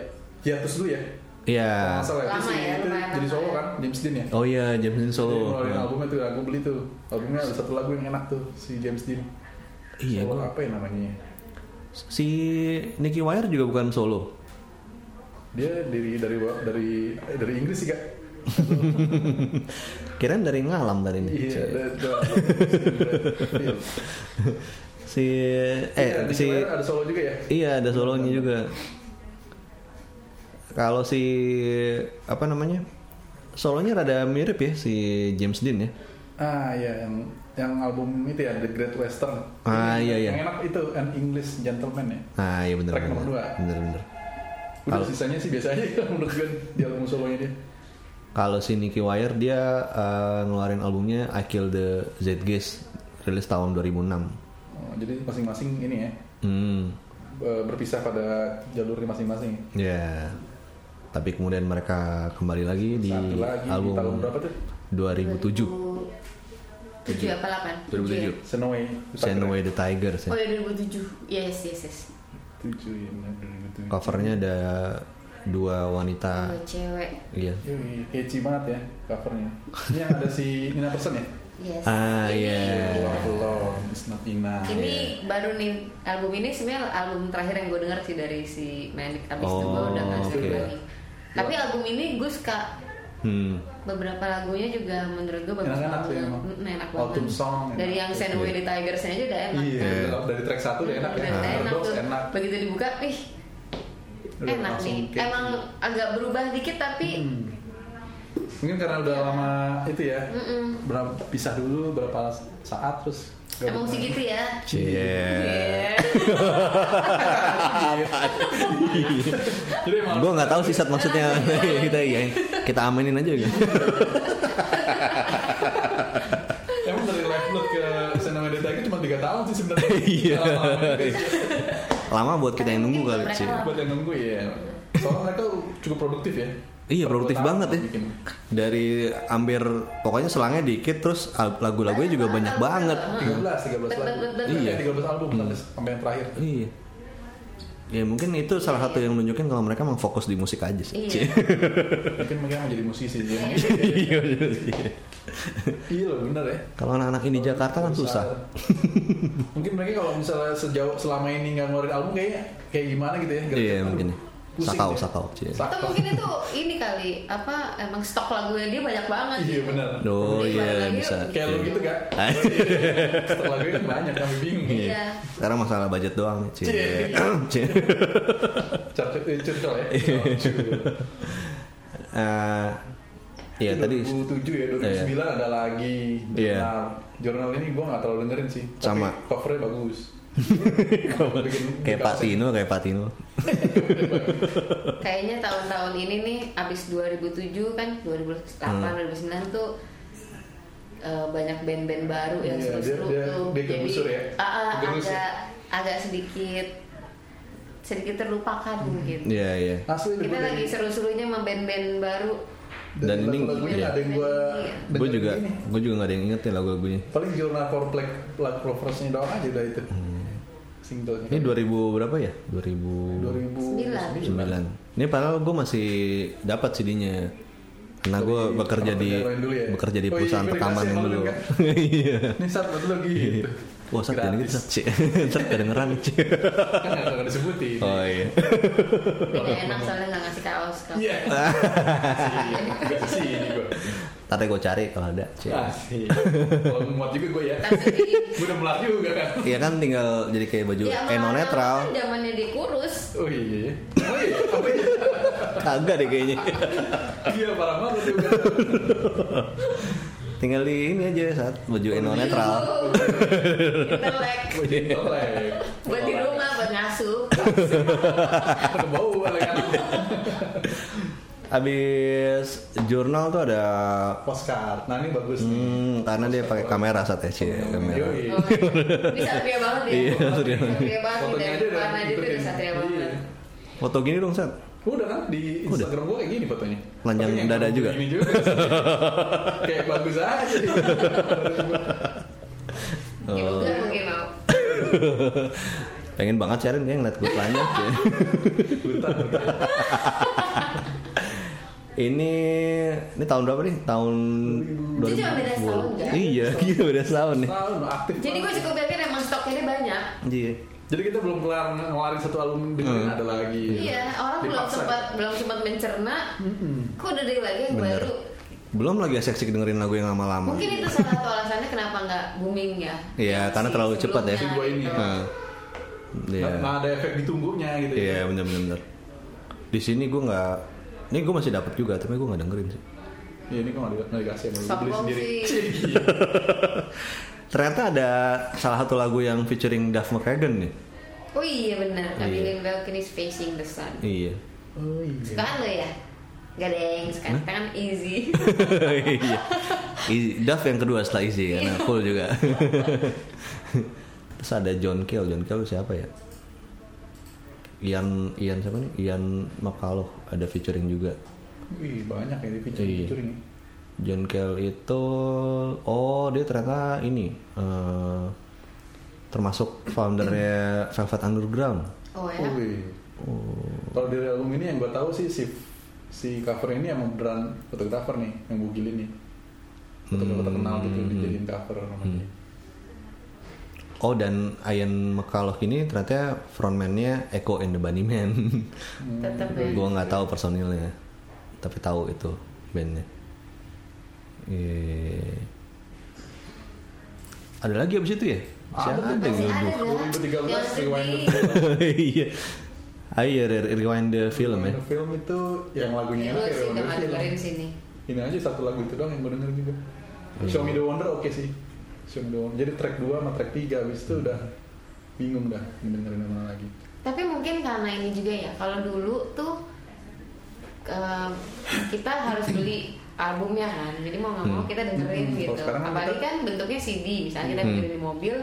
Speaker 4: Hiatus dulu ya.
Speaker 3: Iya.
Speaker 4: Masalah itu
Speaker 1: Lama
Speaker 4: sih,
Speaker 1: ya,
Speaker 4: itu
Speaker 1: lumayan
Speaker 4: jadi
Speaker 1: lama
Speaker 4: solo
Speaker 1: ya.
Speaker 4: kan James Dean ya.
Speaker 3: Oh iya, James Dean
Speaker 4: Dia
Speaker 3: Solo. ya.
Speaker 4: ngeluarin albumnya tuh, aku beli tuh. Albumnya ada satu lagu yang enak tuh si James Dean.
Speaker 3: Iya,
Speaker 4: Solo
Speaker 3: gua-
Speaker 4: apa ya namanya? ya?
Speaker 3: Si Nicky Wire juga bukan solo.
Speaker 4: Dia dari dari dari dari Inggris sih kak.
Speaker 3: Kirain dari ngalam dari ini.
Speaker 4: Iya. da-
Speaker 3: *laughs*
Speaker 4: da- Iya.
Speaker 3: Si eh
Speaker 4: Iya, di
Speaker 3: si eh,
Speaker 4: Iya, Jepang ada solo juga ya.
Speaker 3: Iya ada solonya juga. Kalau si apa namanya? Solonya rada mirip ya si James Dean ya.
Speaker 4: Ah iya yang yang album itu ya The Great Western.
Speaker 3: Ah, iya, iya.
Speaker 4: Yang enak itu An English Gentleman ya.
Speaker 3: Nah, iya bener
Speaker 4: Track
Speaker 3: bener.
Speaker 4: nomor dua.
Speaker 3: Bener bener.
Speaker 4: Udah
Speaker 3: Al-
Speaker 4: sisanya sih biasa aja kalau *laughs* menurut gue di album solonya dia.
Speaker 3: Kalau si Nicky Wire dia eh, ngeluarin albumnya I Kill the Zeitgeist rilis tahun 2006.
Speaker 4: Oh, jadi masing-masing ini ya
Speaker 3: Hmm.
Speaker 4: eh, berpisah pada jalurnya masing-masing.
Speaker 3: Ya. Tapi kemudian mereka kembali lagi di
Speaker 4: Satu lagi di
Speaker 3: album
Speaker 4: tahun berapa tuh?
Speaker 3: 2007.
Speaker 1: 7 apa 8?
Speaker 3: 2007.
Speaker 4: Senoway.
Speaker 3: Send Away the Tiger sih.
Speaker 1: Oh ya 2007. Yes, yes, yes.
Speaker 4: Tujuh ya benar dari itu.
Speaker 3: Covernya ada dua wanita.
Speaker 1: Dua cewek.
Speaker 3: Iya.
Speaker 4: Yoi, Catchy banget ya covernya. Ini yang ada si Nina Persson ya.
Speaker 1: Yes.
Speaker 3: Ah, iya.
Speaker 1: Ini-
Speaker 4: Love Alone, It's Not
Speaker 3: Ah,
Speaker 4: Enough.
Speaker 1: Ini baru nih album ini sebenarnya album terakhir yang gue denger sih dari si Manic abis itu gue
Speaker 3: Oh,
Speaker 1: udah nggak
Speaker 3: oke.
Speaker 1: dengerin lagi. Tapi album ini gue suka
Speaker 3: Hmm.
Speaker 1: beberapa lagunya juga menurut gue bagus
Speaker 4: Enak-enak sih
Speaker 1: banget.
Speaker 4: emang.
Speaker 1: Mm, enak
Speaker 4: Autumn
Speaker 1: banget.
Speaker 4: Song, enak.
Speaker 1: Dari yang Send Away the Tigers aja udah enak.
Speaker 4: Iya, dari track satu udah enak ya.
Speaker 1: Udah enak
Speaker 4: Underdogs
Speaker 1: tuh.
Speaker 4: enak.
Speaker 1: Begitu dibuka, ih
Speaker 4: Udah
Speaker 1: enak
Speaker 4: langsung
Speaker 1: nih.
Speaker 4: catchy.
Speaker 1: Emang agak berubah dikit tapi
Speaker 4: Mungkin karena udah lama itu
Speaker 1: Iya.
Speaker 4: ya.
Speaker 1: Mm-mm.
Speaker 4: Berapa pisah dulu berapa saat terus
Speaker 1: emang sih
Speaker 4: *laughs*
Speaker 1: gitu ya.
Speaker 3: Cie.
Speaker 1: Iya.
Speaker 4: Iya. Jadi emang
Speaker 3: Gue nggak tahu sih Sat, maksudnya *laughs* kita iya kita amanin aja gitu.
Speaker 4: emang dari Live Blood ke Senam Edit lagi cuma 3 tahun sih sebenarnya.
Speaker 3: *laughs* Iya.
Speaker 4: Lama-lama juga.
Speaker 3: Lama buat kita yang nunggu kali sih.
Speaker 4: Buat yang nunggu ya. Soalnya mereka cukup produktif ya.
Speaker 3: Iya produktif
Speaker 4: Berapa
Speaker 3: banget ya.
Speaker 4: tahun bikin.
Speaker 3: Dari hampir pokoknya selangnya dikit terus al- lagu-lagunya juga banyak banget.
Speaker 4: 13, 13
Speaker 1: Bet,
Speaker 4: lagu.
Speaker 1: bet, bet,
Speaker 3: bet.
Speaker 4: Iya, 13 album
Speaker 3: Hmm.
Speaker 4: sampai sampai yang terakhir.
Speaker 3: Iya. Ya mungkin itu salah satu yang nunjukin kalau mereka emang fokus di musik aja sih.
Speaker 1: Iya.
Speaker 3: Cie.
Speaker 4: Mungkin mereka mau jadi musisi
Speaker 3: *laughs*
Speaker 4: sih.
Speaker 3: Iya, iya, iya.
Speaker 4: Iya loh bener ya.
Speaker 3: Kalau anak-anak ini di Jakarta kan susah.
Speaker 4: *laughs* Mungkin mereka kalau misalnya sejauh selama ini nggak ngeluarin album kayaknya kayak gimana gitu ya.
Speaker 3: Iya,
Speaker 4: Aduh,
Speaker 3: mungkin ya.
Speaker 4: pusing
Speaker 3: Sakau,
Speaker 4: ya.
Speaker 3: sakau, cie.
Speaker 1: Atau mungkin itu ini kali apa emang stok lagunya dia banyak banget.
Speaker 4: *laughs* Iya
Speaker 1: gitu.
Speaker 4: bener.
Speaker 3: Oh iya
Speaker 1: Iya.
Speaker 3: bisa.
Speaker 4: Kayak lo gitu gak?
Speaker 3: *laughs* Ah.
Speaker 4: Setelah gue kan banyak kami bingung.
Speaker 1: Iya.
Speaker 3: Sekarang masalah budget doang nih, Cie.
Speaker 4: Cie.
Speaker 3: Cie.
Speaker 4: Cercol eh, cercol ya.
Speaker 3: Iya. Eh, Iya tadi
Speaker 4: 2007 ya, 2009 ada lagi.
Speaker 3: Iya.
Speaker 4: Jurnal. Jurnal ini gue gak terlalu dengerin sih. Tapi
Speaker 3: Sama.
Speaker 4: covernya bagus.
Speaker 3: *laughs*
Speaker 4: Bikin-
Speaker 3: kayak
Speaker 4: bikin
Speaker 3: Pak
Speaker 4: kaset.
Speaker 3: Tino, kayak Pak Tino.
Speaker 1: Kayaknya tahun-tahun ini nih abis 2007 kan 2008
Speaker 4: Hmm.
Speaker 1: 2009 tuh eh, banyak band-band baru yang
Speaker 4: Iya,
Speaker 1: seru-seru
Speaker 4: dia- dia-
Speaker 1: tuh.
Speaker 4: dia gusur ya.
Speaker 1: ah, ah,
Speaker 4: Gusur.
Speaker 1: agak agak sedikit sedikit terlupakan
Speaker 4: Hmm.
Speaker 1: gitu.
Speaker 3: Iya, iya.
Speaker 4: Asli
Speaker 1: Kita
Speaker 4: gue
Speaker 1: lagi
Speaker 4: dari-
Speaker 1: seru-serunya sama band-band baru.
Speaker 3: Dan
Speaker 4: dari
Speaker 3: ini
Speaker 4: lagu-lagunya
Speaker 3: iya.
Speaker 4: ada yang gue
Speaker 1: Iya.
Speaker 3: Gue juga gue juga gak ada yang inget nih lagu-lagunya.
Speaker 4: paling jurnal korplek lagu coversnya doang aja udah itu singlenya
Speaker 3: Hmm. Ini 2000 berapa ya? 2009.
Speaker 4: 2009
Speaker 3: Ini padahal gue masih dapat CD-nya. Karena gue
Speaker 4: Tapi
Speaker 3: bekerja
Speaker 4: sama
Speaker 3: di
Speaker 4: pegawaian dulu ya?
Speaker 3: bekerja di
Speaker 4: Oh iya,
Speaker 3: perusahaan
Speaker 4: gua
Speaker 3: rekaman
Speaker 4: dikasih
Speaker 3: yang
Speaker 4: sama
Speaker 3: dulu.
Speaker 4: lu kan?
Speaker 3: *laughs* Iya.
Speaker 4: ini saat buat lo gitu
Speaker 3: Wah, Sat, jangan gitu,
Speaker 4: Gratis.
Speaker 3: Sat. Cie. *laughs* Sat, kedengeran, Cie.
Speaker 4: kan nggak akan disebutin
Speaker 3: Oh iya.
Speaker 1: Tidak enak soalnya nggak ngasih kaos. kaos.
Speaker 3: *laughs*
Speaker 4: iya gak sih ini gue
Speaker 3: Tadi gue cari kalau ada, Cie.
Speaker 4: asli kalau muat juga gue ya
Speaker 1: Tapi
Speaker 4: gue udah melat juga kan
Speaker 3: Iya kan tinggal jadi kayak baju
Speaker 1: Ya,
Speaker 3: eno netral.
Speaker 1: Kan zamannya dikurus.
Speaker 4: oh iya oh iya apa iya
Speaker 3: Kagak deh kayaknya.
Speaker 4: iya parah banget juga
Speaker 3: Tinggal di ini aja saat baju eno netral.
Speaker 4: *laughs*
Speaker 1: Intelek.
Speaker 4: gue jadi tolek
Speaker 1: Buat di rumah, buat ngasuh.
Speaker 4: Udah bau oleh kan
Speaker 3: Abis jurnal tuh ada
Speaker 4: postcard nah ini bagus nih
Speaker 3: hmm, karena dia pakai kamera saat ya, Cie, kamera.
Speaker 4: Yoi.
Speaker 1: Oh, ini satria banget ya.
Speaker 3: Iya, satria.
Speaker 1: Satria banget nih,
Speaker 4: Fotonya
Speaker 1: dari
Speaker 4: aja udah
Speaker 1: warna dia tuh
Speaker 4: ngikutin.
Speaker 1: udah satria
Speaker 4: Iya.
Speaker 1: banget.
Speaker 3: Foto gini dong, Sat.
Speaker 4: Udah kan di Instagram gue kayak gini fotonya.
Speaker 3: Telanjang
Speaker 4: Tapi yang
Speaker 3: dada
Speaker 4: kamu
Speaker 3: juga?
Speaker 4: Ini juga. *laughs* kayak bagus aja.
Speaker 1: *laughs*
Speaker 3: Oh.
Speaker 1: Ibu kan mungkin mau.
Speaker 3: Pengen banget Sharon dia ngeliat gue *laughs* telanjang. Cie.
Speaker 4: Hutan.
Speaker 3: ini ini tahun berapa nih? Tahun
Speaker 1: Itu cuma beda setahun,
Speaker 3: 2010.
Speaker 1: kan?
Speaker 3: Iya, *laughs* gila beda setahun nih.
Speaker 4: Tahun aktif.
Speaker 1: Jadi gue cukup yakin emang stoknya dia banyak.
Speaker 3: Iya.
Speaker 4: Jadi kita belum kelar ngeluarin satu album dengerin
Speaker 3: Hmm.
Speaker 4: ada lagi.
Speaker 1: Iya, orang belum
Speaker 4: Dipaksa.
Speaker 1: sempat belum sempat mencerna. Kok udah ada lagi yang
Speaker 3: Bener.
Speaker 1: baru?
Speaker 3: Belum lagi asik-asik dengerin lagu yang lama-lama.
Speaker 1: Mungkin itu salah satu alasannya kenapa nggak booming ya.
Speaker 3: Iya,
Speaker 1: Si
Speaker 3: karena terlalu cepat ya.
Speaker 1: sebelumnya
Speaker 4: Dua ini.
Speaker 1: gitu.
Speaker 3: Nah,
Speaker 4: Nggak
Speaker 3: Iya.
Speaker 4: nggak ada efek ditunggunya gitu.
Speaker 3: Iya, benar benar. benar. Iya, di sini gue nggak ini gue masih dapat juga tapi gue nggak dengerin sih
Speaker 4: Ya, ini kok nggak di- nggak dikasih emang beli
Speaker 1: Sombong
Speaker 4: sendiri.
Speaker 1: sih.
Speaker 3: ternyata ada salah satu lagu yang featuring Duff McKagan nih
Speaker 1: Oh iya benar.
Speaker 3: Iya.
Speaker 1: Abingin balconies facing the sun.
Speaker 3: iya
Speaker 4: *laughs* Oh iya.
Speaker 1: Sukaan lo ya? Gak ada yang suka. Kita kan
Speaker 4: *laughs*
Speaker 1: easy.
Speaker 3: *laughs* Iya. Easy- Duff yang kedua setelah Easy kan, nah, full juga. *laughs* Terus ada John Cale, John Cale siapa ya? Ian Ian siapa nih? Ian McCullough ada featuring juga.
Speaker 4: Wih, banyak ya di featuring.
Speaker 3: Iya.
Speaker 4: featuring.
Speaker 3: John Cale itu oh dia ternyata ini eh, termasuk foundernya Velvet Underground.
Speaker 1: Oh ya.
Speaker 4: Oh, wih. Kalau dari album ini yang gue tahu sih si si cover ini emang beneran fotografer nih yang gue gilin nih.
Speaker 3: Hmm.
Speaker 4: Fotografer terkenal gitu dijadiin cover namanya.
Speaker 3: Oh dan Ian McCullough ini ternyata frontman-nya Echo and the Bunnymen.
Speaker 1: Tetap ya.
Speaker 3: gue nggak tahu personilnya tapi tahu itu bandnya Eh, ada lagi abis itu ya siapa ada
Speaker 1: Masih
Speaker 3: gitu?
Speaker 1: Ah, ada
Speaker 4: Dua ribu tiga belas,
Speaker 1: Jangan
Speaker 4: Rewind
Speaker 1: sedih.
Speaker 3: *laughs* iya ayo re- rewind the film ya
Speaker 4: Yang film itu yang lagunya
Speaker 1: Gue
Speaker 4: enak ya,
Speaker 1: Iya, sih
Speaker 4: Wonder
Speaker 1: gak
Speaker 4: Film.
Speaker 1: dengerin sini.
Speaker 4: Ini aja satu lagu itu doang yang gue denger juga.
Speaker 3: Iya.
Speaker 4: Show Me The Wonder oke sih. Show Me The Wonder. Jadi track 2 sama track 3 abis itu udah bingung dah mau dengerin yang mana lagi.
Speaker 1: Tapi mungkin karena ini juga ya, kalau dulu tuh eh, kita harus beli albumnya kan, jadi mau nggak mau kita dengerin
Speaker 4: Hmm, kalau
Speaker 1: gitu.
Speaker 4: sekarang kan
Speaker 1: Apalagi
Speaker 4: kita-
Speaker 1: kan bentuknya CD, misalnya kita
Speaker 3: Hmm.
Speaker 1: dengerin di mobil,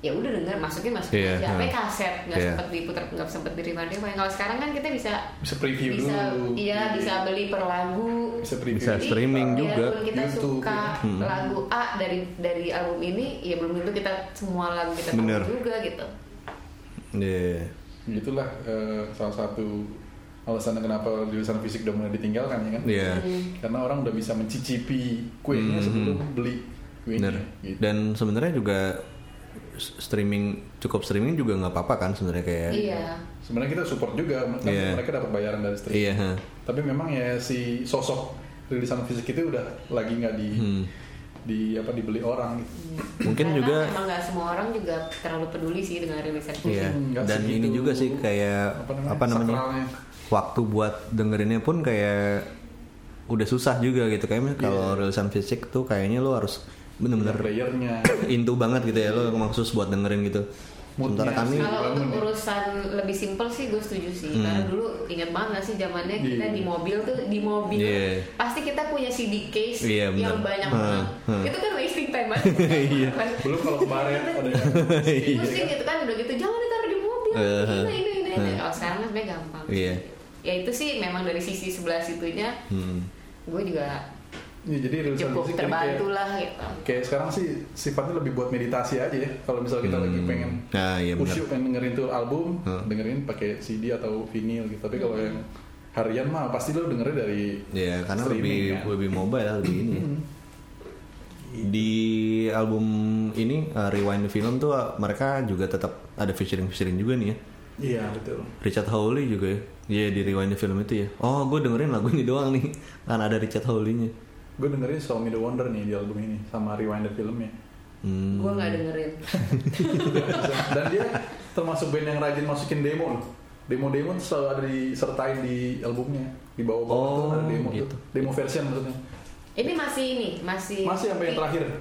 Speaker 1: ya udah denger, masukin masukin
Speaker 3: Iya,
Speaker 1: aja.
Speaker 3: iya.
Speaker 1: Tapi kaset nggak
Speaker 3: Iya.
Speaker 1: sempet diputar, nggak sempet direwind. Kalau sekarang kan kita bisa
Speaker 4: Bisa preview
Speaker 1: bisa,
Speaker 4: dulu.
Speaker 1: iya bisa beli per lagu.
Speaker 4: Bisa preview.
Speaker 3: Bisa
Speaker 4: Jadi,
Speaker 3: streaming
Speaker 4: uh,
Speaker 3: juga. Hmm.
Speaker 1: Biarpun kita
Speaker 4: YouTube.
Speaker 1: suka lagu A dari dari album ini, ya belum tentu kita semua lagu kita tahu
Speaker 3: Bener.
Speaker 1: juga gitu.
Speaker 3: Iya.
Speaker 4: Itulah eh, salah satu alasan kenapa jurusan fisik udah mulai ditinggalkan ya kan?
Speaker 3: Iya.
Speaker 4: Karena orang udah bisa mencicipi kuenya sebelum beli kuenya.
Speaker 3: Bener.
Speaker 4: Gitu.
Speaker 3: dan sebenarnya juga s- streaming cukup streaming juga nggak apa-apa kan sebenarnya kayak
Speaker 1: Iya.
Speaker 4: Sebenarnya kita support juga, kan
Speaker 3: Iya.
Speaker 4: mereka dapat bayaran dari streaming.
Speaker 3: iya ha.
Speaker 4: tapi memang ya si sosok rilisan fisik itu udah lagi nggak di
Speaker 3: Hmm.
Speaker 4: di apa dibeli orang gitu.
Speaker 3: mungkin
Speaker 1: Karena
Speaker 3: juga
Speaker 1: emang nggak semua orang juga terlalu peduli sih dengan rilisan musik.
Speaker 3: Iya.
Speaker 4: Nggak
Speaker 3: Dan
Speaker 4: segitu-
Speaker 3: ini juga sih kayak
Speaker 4: apa namanya,
Speaker 3: apa namanya?
Speaker 4: sakralnya.
Speaker 3: Waktu buat dengerinnya pun kayak udah susah juga gitu kayaknya
Speaker 4: Iya.
Speaker 3: kalau rilisan fisik tuh kayaknya lo harus
Speaker 4: Bener.
Speaker 3: bener-bener *laughs*
Speaker 4: playernya
Speaker 3: into banget gitu ya lo emang khusus buat dengerin gitu.
Speaker 4: Moodnya
Speaker 3: Sementara kami
Speaker 4: sih.
Speaker 1: Kalau untuk
Speaker 4: Bangun ya.
Speaker 1: urusan lebih simpel sih gue setuju sih.
Speaker 3: Hmm.
Speaker 1: Karena dulu ingat banget nggak sih zamannya kita
Speaker 4: Iya.
Speaker 1: di mobil tuh di mobil
Speaker 3: Iya.
Speaker 1: pasti kita punya CD case
Speaker 3: Iya, hmm.
Speaker 1: yang
Speaker 3: bener.
Speaker 1: banyak
Speaker 3: Hah,
Speaker 1: banget.
Speaker 3: hah.
Speaker 1: Itu kan wasting time banget.
Speaker 3: Iya.
Speaker 4: Iya.
Speaker 1: Kan?
Speaker 4: belum kalau kemarin ada yang
Speaker 1: Pusing gitu kan udah gitu jangan ditaruh di mobil.
Speaker 3: Eh,
Speaker 1: Ini ini ini. ini.
Speaker 3: eh.
Speaker 1: Kalau sekarang kan sebenarnya gampang.
Speaker 3: Iya.
Speaker 1: Ya itu sih memang dari sisi sebelah situnya
Speaker 3: Hmm.
Speaker 1: gue juga
Speaker 4: Ya, jadi rilisan
Speaker 1: cukup
Speaker 4: fisik jadi kayak,
Speaker 1: terbantu lah gitu.
Speaker 3: Hmm.
Speaker 4: kayak sekarang sih sifatnya lebih buat meditasi aja ya kalau misal kita lagi
Speaker 3: Hmm.
Speaker 4: pengen
Speaker 3: Nah, iya bener.
Speaker 4: khusyuk pengen dengerin tuh album
Speaker 3: Hmm.
Speaker 4: dengerin pakai CD atau vinyl gitu tapi kalau yang harian mah pasti lo dengerin dari
Speaker 3: Ya karena
Speaker 4: streaming,
Speaker 3: lebih
Speaker 4: kan. Iya.
Speaker 3: lebih mobile lah, lebih
Speaker 4: *clears throat*
Speaker 3: ini. Di album ini uh, Rewind the Film tuh uh, mereka juga tetap ada featuring-featuring juga nih ya.
Speaker 4: iya betul
Speaker 3: Richard Hawley juga ya. Iya di rewind film itu ya. Oh, gue dengerin lagu ini doang nih. *laughs* Karena ada Richard Hawley-nya.
Speaker 4: gue dengerin Show Me The Wonder nih di album ini sama Rewind the Filmnya *laughs*
Speaker 3: Hmm.
Speaker 1: Gue nggak dengerin.
Speaker 4: dan dia termasuk band yang rajin masukin demo loh demo-demo tuh selalu ada disertain di albumnya di bawah-bawah tuh
Speaker 3: Oh,
Speaker 4: ada demo
Speaker 3: gitu.
Speaker 4: tuh demo version maksudnya
Speaker 1: Ini masih ini masih
Speaker 4: masih sampai yang terakhir
Speaker 1: Iya.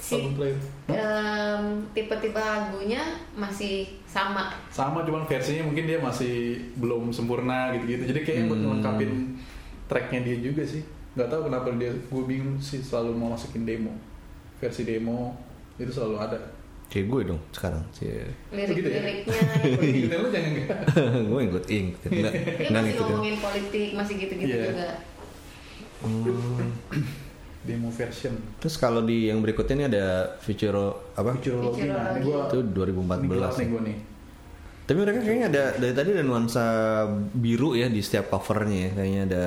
Speaker 1: Si-
Speaker 4: album terakhir
Speaker 1: Em, tipe-tipe lagunya masih sama.
Speaker 4: sama cuman versinya mungkin dia masih belum sempurna gitu-gitu jadi kayak
Speaker 3: Hmm.
Speaker 4: buat melengkapin tracknya dia juga sih nggak tahu kenapa dia gue bingung sih selalu mau masukin demo versi demo itu selalu ada
Speaker 3: Kayak gue dong sekarang. Cie. *laughs*
Speaker 4: Begitu ya? *laughs*
Speaker 1: Lirik-liriknya.
Speaker 3: Iya.
Speaker 4: Ikutin lu jangan nggak?
Speaker 3: gue ikut
Speaker 1: *laughs*
Speaker 3: ing. Enggak,
Speaker 1: gitu. Dia
Speaker 3: enggak
Speaker 1: masih
Speaker 3: ngikutin.
Speaker 1: ngomongin politik, masih gitu-gitu
Speaker 4: Iya.
Speaker 1: juga.
Speaker 3: Hmm.
Speaker 4: *laughs* demo version
Speaker 3: Terus kalau di yang berikutnya ini ada feature apa?
Speaker 4: futurologi nah gue
Speaker 3: Itu ya. 2014.
Speaker 4: nih gue nih
Speaker 3: Tapi mereka kayaknya ada dari tadi ada nuansa biru ya di setiap covernya ya. Kayaknya ada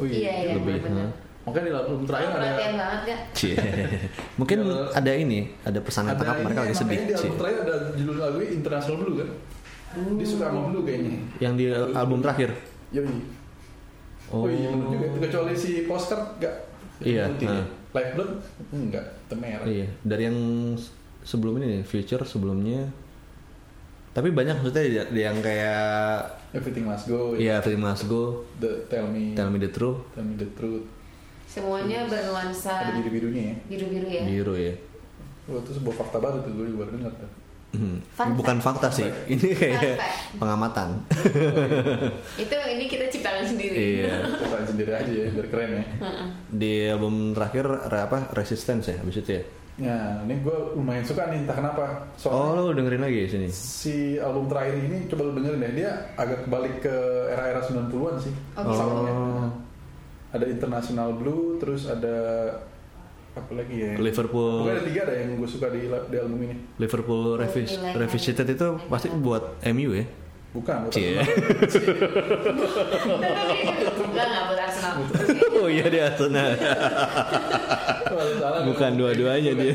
Speaker 4: Oh
Speaker 1: Iya, iya,
Speaker 3: lebih.
Speaker 1: benar.
Speaker 3: huh?
Speaker 4: Makanya di album terakhir
Speaker 1: Lo
Speaker 4: ada
Speaker 1: perhatian banget gak?
Speaker 3: Cie. *laughs* Mungkin
Speaker 4: Ada-
Speaker 3: ada ini, ada pesan yang tangkap
Speaker 4: Iya, ini,
Speaker 3: mereka lagi
Speaker 4: makanya
Speaker 3: sedih.
Speaker 4: Di album
Speaker 3: Cie.
Speaker 4: terakhir ada judul lagu International Blue kan. Dia suka sama Blue kayaknya.
Speaker 3: Yang
Speaker 4: Iya,
Speaker 3: di album terakhir.
Speaker 4: Yoi. Iya, Oh, iya bener juga. Kecuali si poster enggak.
Speaker 3: Iya,
Speaker 4: Putih.
Speaker 3: nah.
Speaker 4: Live Blood enggak, itu merah.
Speaker 3: Iya, dari yang sebelum ini nih, future sebelumnya Tapi banyak maksudnya di- di yang kayak
Speaker 4: Everything Must Go,
Speaker 3: ya film Must Go,
Speaker 4: The Tell Me,
Speaker 3: Tell Me the Truth,
Speaker 4: Tell Me the Truth.
Speaker 1: Semuanya
Speaker 4: Iya. Ada
Speaker 1: bernuansa
Speaker 4: biru-birunya ya.
Speaker 1: biru-biru ya.
Speaker 3: biru ya.
Speaker 4: Wah, itu sebuah fakta baru tuh gue juga baru dengar tuh.
Speaker 3: Hmm.
Speaker 1: Fun
Speaker 3: Ini Bukan fakta sih, ini kayak
Speaker 1: fact. *laughs*
Speaker 3: pengamatan.
Speaker 1: Itu ini kita ciptakan sendiri. *laughs*
Speaker 3: Iya.
Speaker 4: Ceritain sendiri aja ya, biar keren ya.
Speaker 3: Di album terakhir re- apa Resistance ya, habis itu ya.
Speaker 4: Nah, ini gue lumayan suka nih, entah kenapa.
Speaker 3: Oh,
Speaker 4: Soalnya
Speaker 3: lo dengerin lagi ya sini.
Speaker 4: si album terakhir ini coba lu dengerin deh, dia agak kebalik ke era-era 90-an sih.
Speaker 1: Oh, bisa.
Speaker 4: Soundnya. Ada International Blue, terus ada apa lagi ya? Pokoknya ada
Speaker 3: Liverpool
Speaker 4: tiga ada yang gue suka di, di album ini.
Speaker 3: Liverpool Revis,
Speaker 1: Liverpool.
Speaker 3: Revisited itu pasti buat MU ya.
Speaker 4: Bukan, bukan.
Speaker 3: Cie.
Speaker 1: Enggak enggak buat
Speaker 4: *laughs*
Speaker 1: Arsenal.
Speaker 3: Oh iya dia Arsenal.
Speaker 4: Kalau salah,
Speaker 3: *laughs* Bukan dua-duanya dia.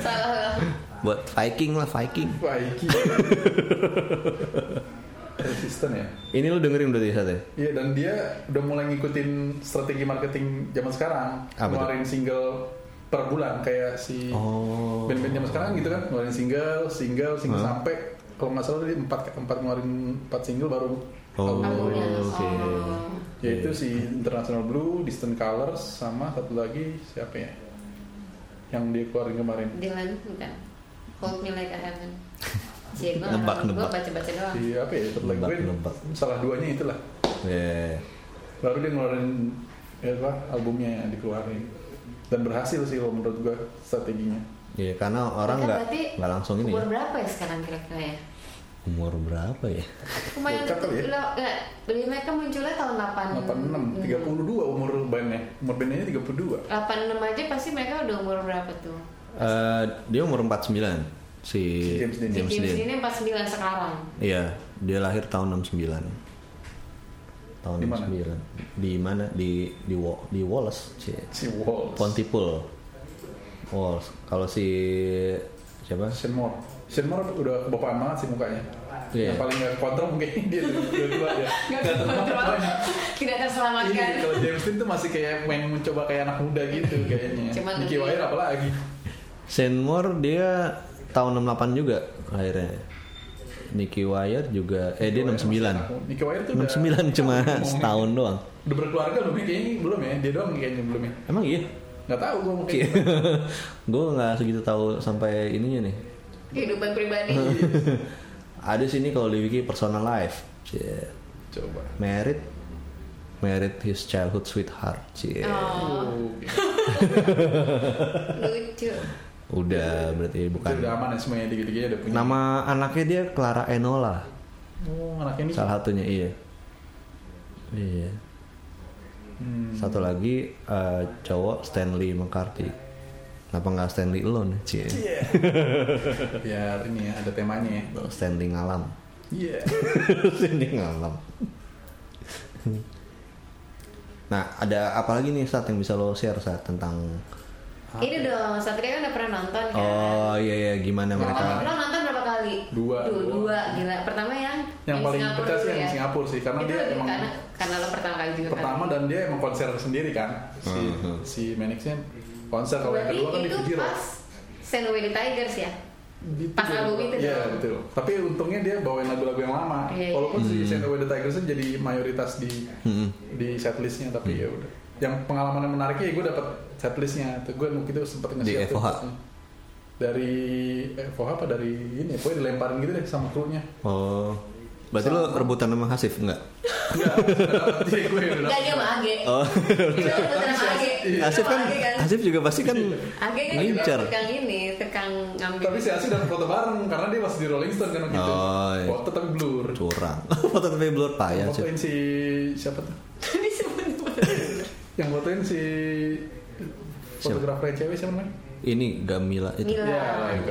Speaker 1: Salah salah.
Speaker 3: buat Viking lah Viking. *laughs*
Speaker 4: Waiki. Resisten ya.
Speaker 3: Ini lo dengerin berarti saat ya?
Speaker 4: Iya dan dia udah mulai ngikutin strategi marketing zaman sekarang,
Speaker 3: Apa tuh?
Speaker 4: ngeluarin single per bulan kayak si
Speaker 3: Oh.
Speaker 4: band-band zaman sekarang gitu kan, ngeluarin single, single, single sampai kalau nggak salah dia empat empat ngeluarin empat single baru
Speaker 3: Oh, Iya.
Speaker 4: album
Speaker 1: Albumnya.
Speaker 4: baru.
Speaker 3: oke.
Speaker 1: Oh.
Speaker 4: Yaitu si International Blue, Distant Colors, sama satu lagi siapa ya? Yang dia keluarin kemarin.
Speaker 1: Dylan bukan. Hold me like a
Speaker 3: *laughs*
Speaker 1: heaven. Cie, gue
Speaker 3: Nebak,
Speaker 1: gue
Speaker 3: nebak.
Speaker 1: baca-baca doang.
Speaker 4: Si apa ya? Satu lagi
Speaker 3: Lembab,
Speaker 4: gue
Speaker 3: lembab.
Speaker 4: salah duanya itulah.
Speaker 3: Yeah.
Speaker 4: baru dia ngeluarin ya apa, albumnya yang dikeluarin dan berhasil sih kalau menurut gua strateginya
Speaker 3: Iya, karena orang
Speaker 1: Kita
Speaker 3: nggak
Speaker 1: berarti
Speaker 3: nggak langsung ini.
Speaker 1: Umur
Speaker 3: Ya.
Speaker 1: berapa ya sekarang kira-kira ya?
Speaker 3: Umur berapa ya?
Speaker 1: Lumayan
Speaker 4: Bocah kali ya?
Speaker 1: lo enggak lebih mereka munculnya tahun Hmm. 8
Speaker 4: 86 32 umur bandnya umur bandnya 32
Speaker 1: 86 aja pasti mereka udah umur berapa tuh?
Speaker 3: Eh, dia umur 49 si
Speaker 4: Si James Dean.
Speaker 1: Si
Speaker 3: James
Speaker 1: James
Speaker 3: Dean.
Speaker 1: Dean 49 sekarang.
Speaker 3: Iya, dia lahir tahun 69. Tahun
Speaker 4: Di mana?
Speaker 3: 69. Di mana? Di di, Wa- di Wallace. Cie.
Speaker 4: si Walls
Speaker 3: Pontypool. Wallace. Kalau si siapa?
Speaker 4: Shane Moore Shane Moore udah kebapaan banget sih mukanya
Speaker 3: Iya.
Speaker 4: yang paling gak kontrol mungkin *laughs* dia dua dua ya
Speaker 1: Nggak kan? terkontrol. *laughs* Tidak
Speaker 4: Iya,
Speaker 1: terselamatkan.
Speaker 4: kalau James Dean tuh masih kayak main mencoba kayak anak muda gitu kayaknya
Speaker 1: Cuman
Speaker 4: Nicky
Speaker 1: lebih-
Speaker 4: Wire apalagi
Speaker 3: Senmore dia tahun 68 juga akhirnya. Nicky Wire juga eh dia 69.
Speaker 4: Nicky Wire tuh udah
Speaker 3: 69 cuma setahun doang.
Speaker 4: udah berkeluarga belum ya? kayaknya belum ya dia doang kayaknya belum ya
Speaker 3: Emang iya?
Speaker 4: nggak tahu gua
Speaker 3: *laughs*
Speaker 4: mungkin
Speaker 3: gue nggak segitu tahu sampai ininya nih. *laughs*
Speaker 1: Kehidupan pribadi.
Speaker 3: Iya. Ada sini kalau di wiki personal life. Cie.
Speaker 4: coba
Speaker 3: Married married his childhood sweetheart. Cie.
Speaker 1: Oh,
Speaker 4: Oke.
Speaker 1: lucu.
Speaker 3: Udah berarti
Speaker 4: Itu
Speaker 3: bukan.
Speaker 4: udah aman ya semuanya tiga-tiganya udah punya.
Speaker 3: Nama anaknya dia Clara Enola.
Speaker 4: Oh, anaknya ini.
Speaker 3: Salah satunya iya. Iya.
Speaker 4: Hmm.
Speaker 3: Satu lagi eh, cowok Stanley McCarthy. Kenapa nggak Stanley Elon? Cie.
Speaker 4: Biar ini ya, ada temanya ya.
Speaker 3: Stanley ngalam.
Speaker 4: Iya.
Speaker 3: Stanley ngalam. Nah, ada apa lagi nih saat yang bisa lo share saat tentang
Speaker 1: Ini
Speaker 4: ya?
Speaker 1: dong, Satria kan udah pernah nonton kan?
Speaker 3: Oh iya iya gimana mereka
Speaker 1: Lo nonton berapa kali?
Speaker 4: Dua.
Speaker 1: Duh, dua, gila. Pertama yang
Speaker 4: Yang paling
Speaker 1: Singapura
Speaker 4: pecah sih
Speaker 1: dulu
Speaker 4: yang
Speaker 1: ya.
Speaker 4: Singapura sih karena
Speaker 1: Itu
Speaker 4: dia
Speaker 1: lebih
Speaker 4: emang
Speaker 1: karena, karena lo pertama kali juga
Speaker 4: pertama
Speaker 1: kan?
Speaker 4: dan dia emang konser sendiri kan. Si
Speaker 3: Mhm.
Speaker 4: si Manixnya konser kalau yang
Speaker 1: Berarti
Speaker 4: kedua kan di
Speaker 1: itu
Speaker 4: Fujiro.
Speaker 1: pas Send Away the Tigers ya?
Speaker 4: Gitu.
Speaker 1: pas album itu
Speaker 4: Iya,
Speaker 1: dong.
Speaker 4: betul. Tapi untungnya dia bawain lagu-lagu yang lama.
Speaker 1: Iya, iya.
Speaker 4: Walaupun
Speaker 3: Hmm.
Speaker 4: si Send Away the Tigers itu jadi mayoritas di
Speaker 3: Mhm.
Speaker 4: di setlistnya
Speaker 3: Hmm.
Speaker 4: tapi ya udah. Yang pengalaman yang menariknya gue dapet setlistnya. Tuh gue waktu itu sempet nge-share tuh
Speaker 3: FOH?
Speaker 4: setlistnya. dari FOH apa dari ini ya, pokoknya dilemparin gitu deh sama
Speaker 3: *laughs*
Speaker 4: krunya.
Speaker 3: Oh. Berarti lo rebutan sama Hasif enggak?
Speaker 4: Enggak, dapet dia gue udah
Speaker 1: Enggak,
Speaker 4: dapet.
Speaker 1: dia sama Age.
Speaker 3: Oh.
Speaker 1: Itu lo pertama sama
Speaker 4: *laughs*
Speaker 1: Age.
Speaker 4: Iya.
Speaker 3: Hasif kan
Speaker 1: Sama Age kan?
Speaker 3: Hasif juga pasti kan
Speaker 1: Age kan juga
Speaker 3: ngincer.
Speaker 1: tekang ini, tekang ngambil.
Speaker 4: Tapi si Asi dapat foto bareng karena dia masih di Rolling Stone kan waktu itu.
Speaker 3: Oh, iya.
Speaker 4: Foto tapi blur.
Speaker 3: Curang. *laughs* Foto tapi blur payah sih.
Speaker 4: Fotoin si siapa tuh?
Speaker 1: Ini semua
Speaker 4: Yang fotoin si
Speaker 3: Siapa?
Speaker 4: fotografer cewek siapa namanya?
Speaker 3: Ini Gamila itu.
Speaker 1: Mila.
Speaker 4: Ya,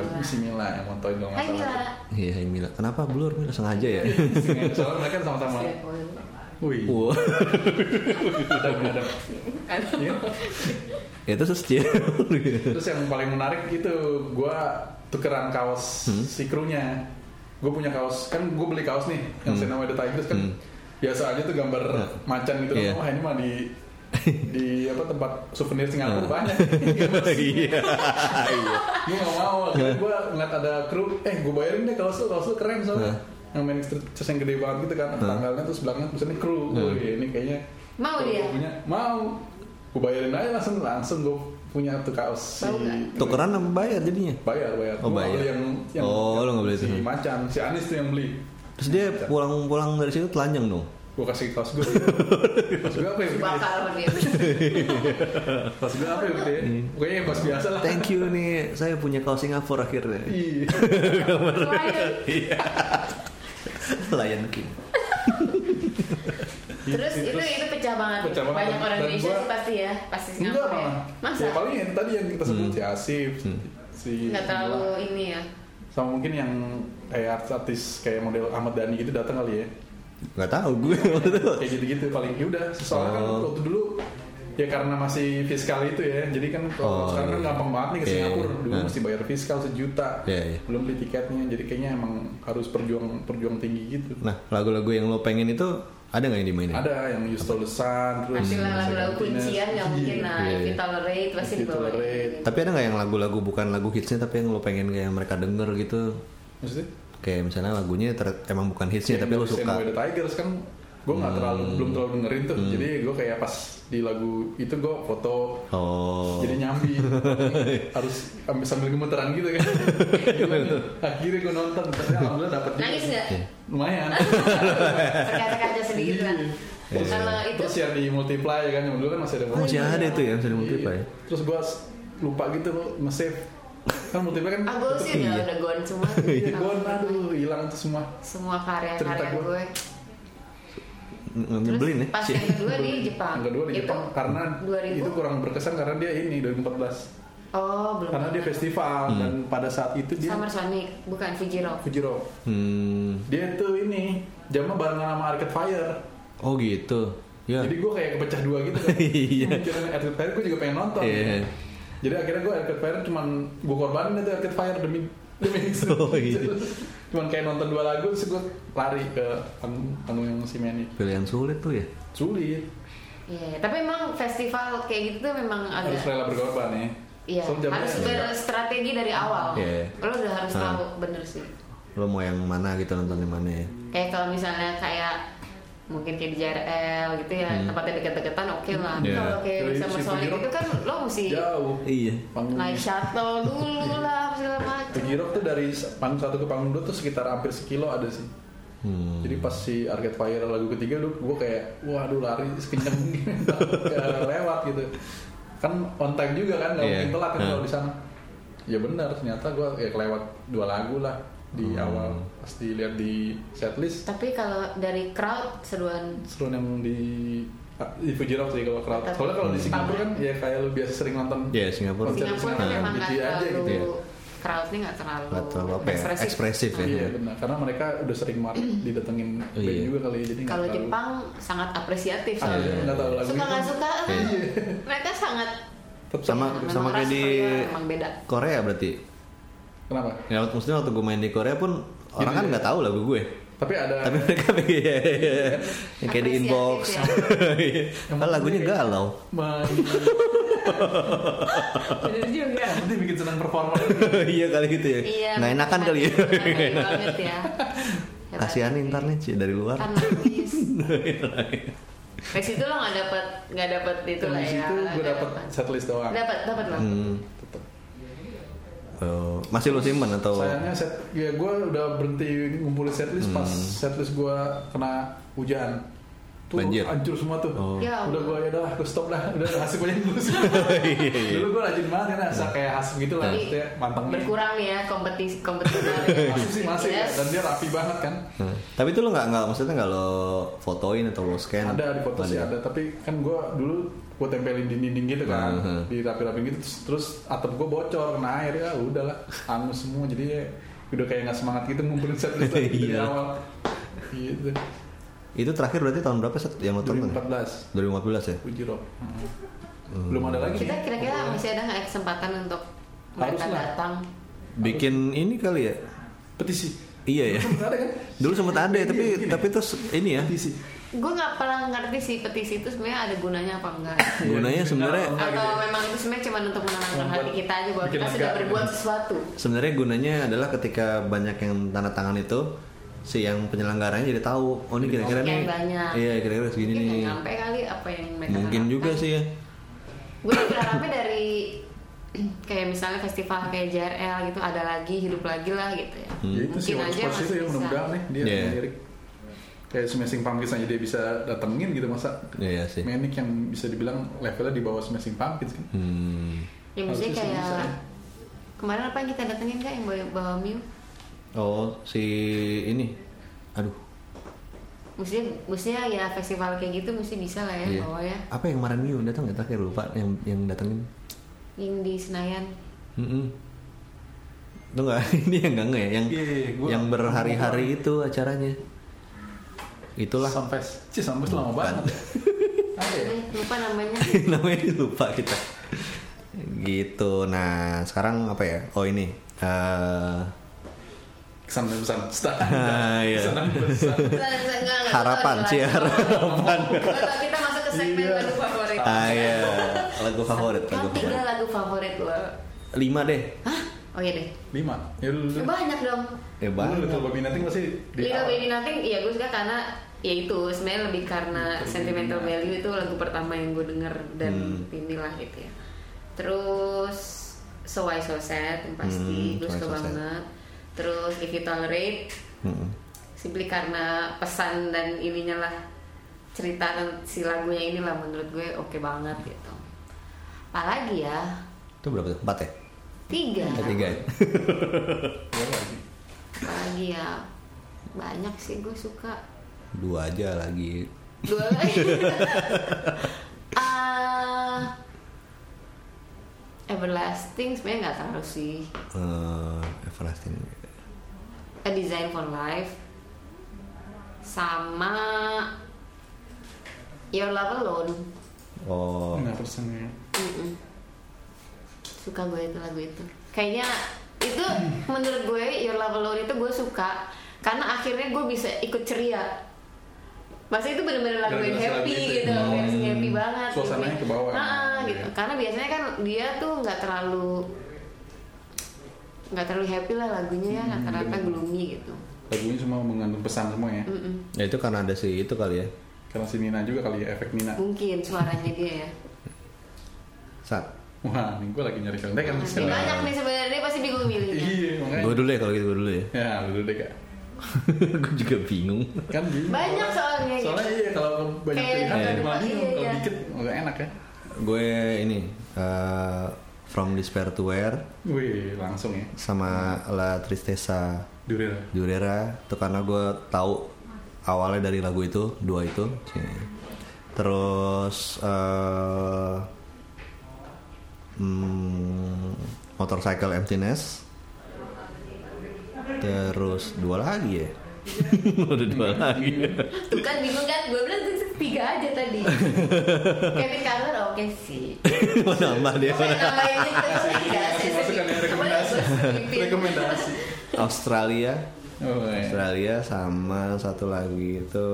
Speaker 4: lah, si Mila yang fotoin kalau
Speaker 1: Hai
Speaker 4: nggak
Speaker 1: Mila.
Speaker 4: salah.
Speaker 3: Iya, hai Mila. Kenapa blur Mila sengaja ya?
Speaker 4: Soalnya mereka kan sama-sama. Wih,
Speaker 3: Wah.
Speaker 4: ada ada. Iya.
Speaker 3: Ya terus dia *laughs*
Speaker 4: Terus yang paling menarik itu gue tukeran kaos
Speaker 3: Hmm?
Speaker 4: si krunya. Gue punya kaos, kan gue beli kaos
Speaker 3: Hmm.
Speaker 4: nih yang Sena Wede Tigers kan biasa aja tuh gambar
Speaker 3: Nah.
Speaker 4: macan gitu.
Speaker 3: Iya.
Speaker 4: Wah ini mah di di apa tempat souvenir Singapura
Speaker 3: Hmm.
Speaker 4: banyak
Speaker 3: Iya.
Speaker 4: gue gak mau akhirnya gue ngeliat ada kru eh gue bayarin deh kaos lu kaos lu keren soalnya yang main chest yang gede banget gitu kan tanggalnya terus belakangnya tulisannya kru Wih, ini kayaknya
Speaker 1: Mau
Speaker 4: kalau
Speaker 1: dia?
Speaker 4: gua punya mau gue bayarin aja langsung langsung gue punya tuh kaos
Speaker 1: Tahu nggak?
Speaker 3: Tukeran apa bayar jadinya?
Speaker 4: bayar bayar
Speaker 3: Oh,
Speaker 4: Gua
Speaker 3: bayar.
Speaker 4: beli yang, yang
Speaker 3: Oh, lo nggak beli
Speaker 4: si
Speaker 3: itu.
Speaker 4: macan si Anis tuh yang beli
Speaker 3: Terus dia pulang-pulang dari situ telanjang dong.
Speaker 4: gue kasih kaos
Speaker 3: *laughs*
Speaker 4: gue kaos gue apa ya
Speaker 1: bakal dia
Speaker 4: kaos gue apa ya gitu ya
Speaker 3: Iya.
Speaker 4: pokoknya kaos biasa lah
Speaker 3: Thank you nih, saya punya kaos Singapura akhirnya.
Speaker 4: Iya.
Speaker 3: *laughs* Layan King.
Speaker 1: terus itu itu pecah banget
Speaker 4: Iya, Pecah banget.
Speaker 1: banyak orang
Speaker 4: Dan
Speaker 1: Indonesia
Speaker 4: gua-
Speaker 1: sih pasti ya pasti
Speaker 4: Enggak
Speaker 1: Singapura ya
Speaker 4: malah.
Speaker 1: masa
Speaker 4: Ya, paling yang tadi yang kita
Speaker 3: Hmm.
Speaker 4: sebut si Asif, si
Speaker 1: nggak terlalu ini ya
Speaker 4: sama mungkin yang kayak artis kayak model Ahmad Dhani gitu datang kali ya.
Speaker 3: Gak tahu gue *laughs* waktu itu.
Speaker 4: Kayak gitu-gitu paling ya udah soalnya kan
Speaker 3: Oh.
Speaker 4: waktu dulu ya karena masih fiskal itu ya. Jadi kan
Speaker 3: Oh,
Speaker 4: kalau sekarang kan
Speaker 3: iya.
Speaker 4: gampang banget nih ke
Speaker 3: Iya,
Speaker 4: Singapura
Speaker 3: iya.
Speaker 4: dulu
Speaker 3: Nah.
Speaker 4: mesti bayar fiskal sejuta.
Speaker 3: Iya, iya.
Speaker 4: Belum beli tiketnya. Jadi kayaknya emang harus perjuang perjuang tinggi gitu.
Speaker 3: Nah, lagu-lagu yang lo pengen itu ada nggak yang dimainin?
Speaker 4: Ada yang Yus Tolusan terus
Speaker 1: Pastilah lagu-lagu
Speaker 4: Sagantina.
Speaker 1: kuncian yang mungkin nah
Speaker 3: Iya,
Speaker 1: if
Speaker 3: iya.
Speaker 1: you tolerate pasti
Speaker 4: If you
Speaker 1: dibawa
Speaker 4: tolerate.
Speaker 3: Tapi ada nggak yang lagu-lagu bukan lagu hitsnya tapi yang lo pengen kayak mereka denger gitu?
Speaker 4: Maksudnya?
Speaker 3: Kayak misalnya lagunya ter- emang bukan hitsnya Iya, tapi lo
Speaker 4: Same Way
Speaker 3: suka. Hmm.
Speaker 4: the Tigers kan gue nggak terlalu belum terlalu dengerin tuh jadi gue kayak pas di lagu itu gue foto
Speaker 3: Oh.
Speaker 4: jadi
Speaker 3: *laughs*
Speaker 4: nyambi harus ambil sambil gemeteran gitu kan
Speaker 3: Iya,
Speaker 4: Gila nih. akhirnya gue nonton tapi alhamdulillah dapet juga.
Speaker 1: nangis nggak *laughs*
Speaker 4: lumayan
Speaker 1: terkata aja sedikit lah
Speaker 4: Iya. Terus-
Speaker 1: kan? kalau itu
Speaker 4: terus yang di multiply kan yang dulu kan masih ada
Speaker 3: Iya. Oh, masih ada itu ya, masih ada
Speaker 4: Iya.
Speaker 3: Multiply.
Speaker 4: terus gue lupa gitu nge-save kan multiply kan
Speaker 1: aku sih udah
Speaker 3: Iya.
Speaker 1: udah gone semua
Speaker 4: Iya, gue aduh hilang tuh semua
Speaker 1: semua
Speaker 4: Cerita
Speaker 1: karya-karya
Speaker 4: gua.
Speaker 1: gue
Speaker 3: N-
Speaker 1: terus
Speaker 3: Nyebelin ya.
Speaker 1: pas
Speaker 3: Shit.
Speaker 1: yang kedua di Jepang Gitu.
Speaker 4: yang kedua di
Speaker 1: Itu.
Speaker 4: Jepang karena
Speaker 1: 2000?
Speaker 4: itu kurang berkesan karena dia ini 2014
Speaker 1: oh belum
Speaker 4: karena dia festival
Speaker 3: Hmm.
Speaker 4: dan pada saat itu dia
Speaker 1: Summer Sonic bukan Fuji Rock
Speaker 4: Fujiro
Speaker 3: Hmm.
Speaker 4: dia tuh ini jamnya barengan sama Arcade Fire
Speaker 3: Oh gitu. Ya.
Speaker 4: jadi gue kayak kepecah dua gitu kan
Speaker 3: *laughs* Iya.
Speaker 4: Mikirin Arcade Fire gue juga pengen nonton
Speaker 3: Iya.
Speaker 4: jadi akhirnya gue Arcade Fire cuman gue korbanin itu Arcade Fire demi
Speaker 3: *laughs*
Speaker 4: demi
Speaker 3: Oh, iya.
Speaker 4: cuman kayak nonton dua lagu terus gue lari ke panggung panggung yang si Manny
Speaker 3: Pilihan sulit tuh ya.
Speaker 4: sulit
Speaker 1: Iya, tapi emang festival kayak gitu tuh memang agak
Speaker 4: harus rela berkorban ya
Speaker 1: Iya,
Speaker 4: Soalnya jamnya-
Speaker 1: harus berstrategi dari awal.
Speaker 3: Iya.
Speaker 1: Lo udah harus
Speaker 3: Ah.
Speaker 1: tahu bener sih.
Speaker 3: Lo mau yang mana gitu nonton yang mana ya?
Speaker 1: Kayak kalau misalnya kayak mungkin kayak di JRL gitu ya, tempatnya deket-deketan oke lah.
Speaker 3: Hmm.
Speaker 1: Tapi
Speaker 3: Iya.
Speaker 1: Kalau kayak
Speaker 4: Jadi
Speaker 1: sama
Speaker 4: si
Speaker 1: Sonic
Speaker 4: Fujiro-
Speaker 1: itu kan lo mesti
Speaker 4: jauh
Speaker 3: Iya.
Speaker 4: panggung
Speaker 1: naik shuttle dulu lah segala macam.
Speaker 4: Fujiro tuh dari panggung satu ke panggung dua tuh sekitar hampir sekilo ada sih
Speaker 3: Hmm.
Speaker 4: Jadi pas si Arcade Fire lagu ketiga lu gue kayak waduh lari *laughs* sekenceng Kayak lewat gitu. Kan on time juga kan nggak
Speaker 3: Iya.
Speaker 4: mungkin telat kan
Speaker 3: Nah.
Speaker 4: kalau di sana. Ya benar ternyata gue kayak kelewat dua lagu lah di
Speaker 3: Hmm.
Speaker 4: awal pas dilihat di setlist
Speaker 1: Tapi kalau dari crowd seruan
Speaker 4: seruan yang di ah, di Fuji Rock sih kalau crowd.
Speaker 1: Tetap.
Speaker 4: Soalnya kalau di Singapura kan ya kayak lu biasa sering nonton
Speaker 3: Ya Hmm. Singapura.
Speaker 4: Konser di
Speaker 1: Singapura kan
Speaker 4: Singapura,
Speaker 1: memang nggak
Speaker 4: gitu aja
Speaker 1: terlalu
Speaker 4: gitu
Speaker 3: ya.
Speaker 1: crowdnya nggak terlalu,
Speaker 3: Nggak terlalu apa ya, ekspresif ya.
Speaker 4: Iya benar karena mereka udah sering
Speaker 3: *clears throat*
Speaker 4: banget didatengin band
Speaker 3: Iya.
Speaker 4: juga kali ya, jadi nggak
Speaker 1: Kalau
Speaker 4: tahu.
Speaker 1: Jepang sangat apresiatif.
Speaker 4: Ah,
Speaker 1: soalnya.
Speaker 4: nggak tahu lagu
Speaker 1: Suka nggak
Speaker 4: itu.
Speaker 1: suka,
Speaker 3: Iya.
Speaker 1: eh, mereka sangat
Speaker 4: Tetep
Speaker 3: Sama
Speaker 1: memang
Speaker 3: sama kayak
Speaker 1: ras
Speaker 3: di
Speaker 1: Korea emang beda.
Speaker 3: Korea berarti.
Speaker 4: Kenapa?
Speaker 3: Ya maksudnya waktu gue main di Korea pun orang
Speaker 4: Gitu
Speaker 3: kan
Speaker 4: ya.
Speaker 3: nggak tahu lagu gue.
Speaker 4: Tapi ada
Speaker 3: Tapi mereka *laughs* iya, kayak kayak di
Speaker 1: Apresiatif
Speaker 3: inbox.
Speaker 1: ya.
Speaker 3: *laughs* Kan lagunya galau. *laughs*
Speaker 4: Ma-
Speaker 1: Bener juga.
Speaker 4: *laughs* Nanti bikin senang performa.
Speaker 3: iya kali gitu ya.
Speaker 1: Iya.
Speaker 3: nggak enakan kali ya. *laughs*
Speaker 1: Iya, banget ya. Hebat.
Speaker 3: Kasihan ntar nih Ci, dari luar.
Speaker 1: Kan
Speaker 3: *laughs*
Speaker 1: nangis. Dari situ lo nggak dapat nggak dapat itu lah
Speaker 4: Dari
Speaker 1: ya.
Speaker 4: situ gue dapet setlist doang.
Speaker 1: Dapat dapat lo.
Speaker 3: Hmm. Oh, masih lo simpen atau?
Speaker 4: Sayangnya set, ya gue udah berhenti ngumpulin setlist
Speaker 3: Hmm.
Speaker 4: pas setlist gue kena hujan. Tuh
Speaker 3: Banjir.
Speaker 4: hancur semua tuh.
Speaker 3: Oh.
Speaker 1: Ya
Speaker 4: Udah gue ya udah gue stop lah. Udah hasil gue dulu.
Speaker 3: *laughs* iya.
Speaker 4: dulu gue rajin banget kan asa kayak hasib gitu lah.
Speaker 1: Tapi
Speaker 4: Maksudnya manteng nih.
Speaker 1: berkurang nih ya Iya kompetisi kompetisi.
Speaker 4: Masih sih masih ya. dan dia rapi banget kan.
Speaker 3: Hmm. Tapi itu lo nggak nggak maksudnya nggak lo fotoin atau lo
Speaker 1: Iya.
Speaker 3: scan? ya?
Speaker 4: Ada di foto sih ada tapi kan gue dulu gue tempelin di dinding gitu
Speaker 1: Nah,
Speaker 4: kan
Speaker 1: uh-huh.
Speaker 3: Mhm.
Speaker 4: dirapi-rapin gitu terus, terus atap gue bocor kena air ya udahlah angus semua jadi ya udah kayak nggak semangat gitu ngumpulin set
Speaker 1: *laughs*
Speaker 4: list lagi dari
Speaker 3: Iya.
Speaker 4: awal gitu
Speaker 3: Itu terakhir berarti tahun berapa set yang lo tonton? ya? 2014 ya.
Speaker 4: 2014 Fuji Rock belum ada lagi
Speaker 1: Hmm. Kita kira-kira masih ada nggak kesempatan untuk mereka
Speaker 4: Haruslah.
Speaker 1: datang?
Speaker 3: Bikin ini kali ya?
Speaker 4: petisi
Speaker 3: Iya ya. *laughs*
Speaker 4: ada kan
Speaker 3: Iya, Dulu sempat ada ya, tapi tapi terus ini ya.
Speaker 4: petisi
Speaker 1: gue nggak pernah ngerti sih petisi itu sebenarnya ada gunanya apa
Speaker 3: *laughs*
Speaker 1: enggak
Speaker 3: Gunanya sebenarnya
Speaker 1: atau memang itu sebenarnya cuma untuk menenangkan hati kita aja bahwa
Speaker 4: Bikin
Speaker 1: kita
Speaker 4: lega.
Speaker 1: sudah
Speaker 3: gitu.
Speaker 1: berbuat sesuatu
Speaker 3: sebenarnya gunanya adalah ketika banyak yang tanda tangan itu si yang penyelenggaranya jadi tahu oh ini kira-kira
Speaker 1: Yang
Speaker 3: nih
Speaker 1: banyak.
Speaker 3: iya kira-kira segini
Speaker 1: mungkin
Speaker 3: nih
Speaker 1: nggak nyampe kali apa yang mereka
Speaker 3: mungkin juga sih ya
Speaker 1: gue berharapnya dari *clears throat* kayak misalnya festival kayak JRL gitu ada lagi hidup lagi lah gitu ya
Speaker 3: Hmm.
Speaker 4: Ya itu sih
Speaker 1: Mungkin
Speaker 4: Watch
Speaker 1: aja
Speaker 4: Force
Speaker 1: masih
Speaker 4: itu ya
Speaker 1: bisa.
Speaker 4: mudah-mudahan nih dia
Speaker 3: Iya.
Speaker 4: lirik kayak Smashing Pumpkins aja dia bisa datengin gitu masa
Speaker 3: iya sih
Speaker 4: Manic yang bisa dibilang levelnya di bawah Smashing Pumpkins kan.
Speaker 3: hmm.
Speaker 1: ya maksudnya
Speaker 4: Harusnya sih
Speaker 1: kayak
Speaker 4: bisa ya.
Speaker 1: kemarin apa yang kita datengin kak yang bawa, bawa Miu
Speaker 3: oh si ini aduh
Speaker 1: maksudnya maksudnya ya festival kayak gitu mesti bisa lah ya
Speaker 3: iya.
Speaker 1: bawa ya
Speaker 3: apa yang kemarin Miu datang nggak terakhir lupa yang yang datangin
Speaker 1: yang di Senayan
Speaker 3: Mm-mm. Itu enggak *laughs* ini yang enggak ya yang
Speaker 4: Iya, iya, gua-
Speaker 3: yang berhari-hari itu acaranya. Itulah *laughs*
Speaker 4: Sampai sih sampai lama banget. Ada
Speaker 3: Iya.
Speaker 4: ya?
Speaker 1: Eh, lupa namanya
Speaker 3: namanya lupa kita. Gitu. Nah, sekarang apa ya? Oh ini. eh,
Speaker 4: Kesan dan pesan. Start.
Speaker 3: Ah, iya.
Speaker 4: Kesan dan pesan.
Speaker 1: Nggak, nggak, nggak, nggak.
Speaker 3: *laughs* Harapan,
Speaker 1: Lupa,
Speaker 3: sih,
Speaker 1: lupa.
Speaker 3: harapan.
Speaker 1: Lupa, lupa. kita masuk ke segmen lagu favorit
Speaker 3: ah ya, lagu favorit,
Speaker 1: Kan
Speaker 3: lagu
Speaker 1: tiga
Speaker 3: favorit.
Speaker 1: lagu favorit lo
Speaker 3: Lima deh.
Speaker 1: hah oh iya deh
Speaker 4: Lima. Ya lu.
Speaker 1: Ya, banyak dong
Speaker 3: Eh,
Speaker 4: Lu
Speaker 3: banyak.
Speaker 4: Little Bobby Nothing pasti di
Speaker 1: Little
Speaker 4: awal.
Speaker 1: Baby Nothing, iya gue suka karena ya itu sebenarnya lebih karena sentimental
Speaker 3: ya.
Speaker 1: value itu lagu pertama yang gue denger dan
Speaker 3: Hmm.
Speaker 1: inilah gitu ya. Terus So Why So Sad yang
Speaker 3: Hmm,
Speaker 1: pasti gue
Speaker 3: So Why
Speaker 1: suka
Speaker 3: So Sad.
Speaker 1: banget. Terus If You Tolerate,
Speaker 3: Mm-mm.
Speaker 1: simply karena pesan dan ininya lah cerita dan si lagunya inilah menurut gue oke banget gitu. Apalagi ya
Speaker 3: Itu berapa tuh? Empat ya?
Speaker 1: tiga.
Speaker 3: Eh, tiga ya?
Speaker 1: Apalagi ya banyak sih gue suka.
Speaker 3: Dua aja lagi.
Speaker 1: dua lagi Ah, everlasting sebenarnya nggak terlalu sih
Speaker 3: eh Everlasting.
Speaker 1: a design for life sama your love alone
Speaker 3: Oh,
Speaker 4: Nah, pesannya.
Speaker 1: Mm-mm. suka gue itu lagu itu kayaknya itu menurut gue your love alone itu gue suka karena akhirnya gue bisa ikut ceria Maksudnya itu bener-bener lagu yang
Speaker 4: Gara-gara lagu
Speaker 1: happy
Speaker 4: itu.
Speaker 1: gitu, lagu yang happy banget.
Speaker 4: Suasananya
Speaker 1: gitu.
Speaker 4: ke bawah.
Speaker 1: Nah,
Speaker 4: Iya.
Speaker 1: gitu. Karena biasanya kan dia tuh nggak terlalu nggak terlalu happy lah lagunya ya,
Speaker 4: Hmm,
Speaker 1: rata-rata gloomy gitu.
Speaker 4: Lagunya semua mengandung pesan semua ya.
Speaker 1: Mm-mm.
Speaker 3: ya itu karena ada si itu kali ya.
Speaker 4: Karena si Nina juga kali ya, efek Nina.
Speaker 1: Mungkin suaranya
Speaker 4: *laughs*
Speaker 1: dia ya.
Speaker 3: Sat.
Speaker 4: Wah, ini gue lagi nyari film. Dek, kan
Speaker 1: Masih Ah, banyak nih sebenarnya dia pasti bingung milihnya.
Speaker 4: Iya, makanya.
Speaker 3: Gue dulu ya kalau gitu gue dulu ya. *laughs*
Speaker 4: Ya, lu dulu deh, Kak.
Speaker 3: gue juga bingung.
Speaker 4: Kan bingung.
Speaker 1: Banyak soalnya gitu.
Speaker 4: Soalnya iya kalau banyak
Speaker 3: Eh.
Speaker 1: Kayak
Speaker 4: pilihan
Speaker 1: ada-
Speaker 4: kan malah bingung.
Speaker 1: iya,
Speaker 4: kalau
Speaker 1: iya.
Speaker 4: dikit nggak enak ya.
Speaker 3: Gue ini eh, From Despair to Wear
Speaker 4: Wih, langsung ya.
Speaker 3: sama La Tristeza
Speaker 4: Duril.
Speaker 3: Durera itu karena gue tahu awalnya dari lagu itu dua itu. Cie. Terus eh, hmm, Motorcycle Emptiness. Terus dua lagi ya. *laughs* Udah dua lagi.
Speaker 1: Tuh kan bingung kan, gue bilang tiga aja
Speaker 4: *laughs*
Speaker 1: tadi. Kevin Carter oke sih.
Speaker 3: Mau nambah dia.
Speaker 1: Saya nambahin itu,
Speaker 4: *laughs*
Speaker 1: saya tidak, saya
Speaker 4: Masukkan kan- yang
Speaker 1: sedikit.
Speaker 4: rekomendasi.
Speaker 1: Kemarin gue sedikit.
Speaker 4: Rekomendasi.
Speaker 3: Australia.
Speaker 4: Oh, iya.
Speaker 3: Australia sama satu lagi itu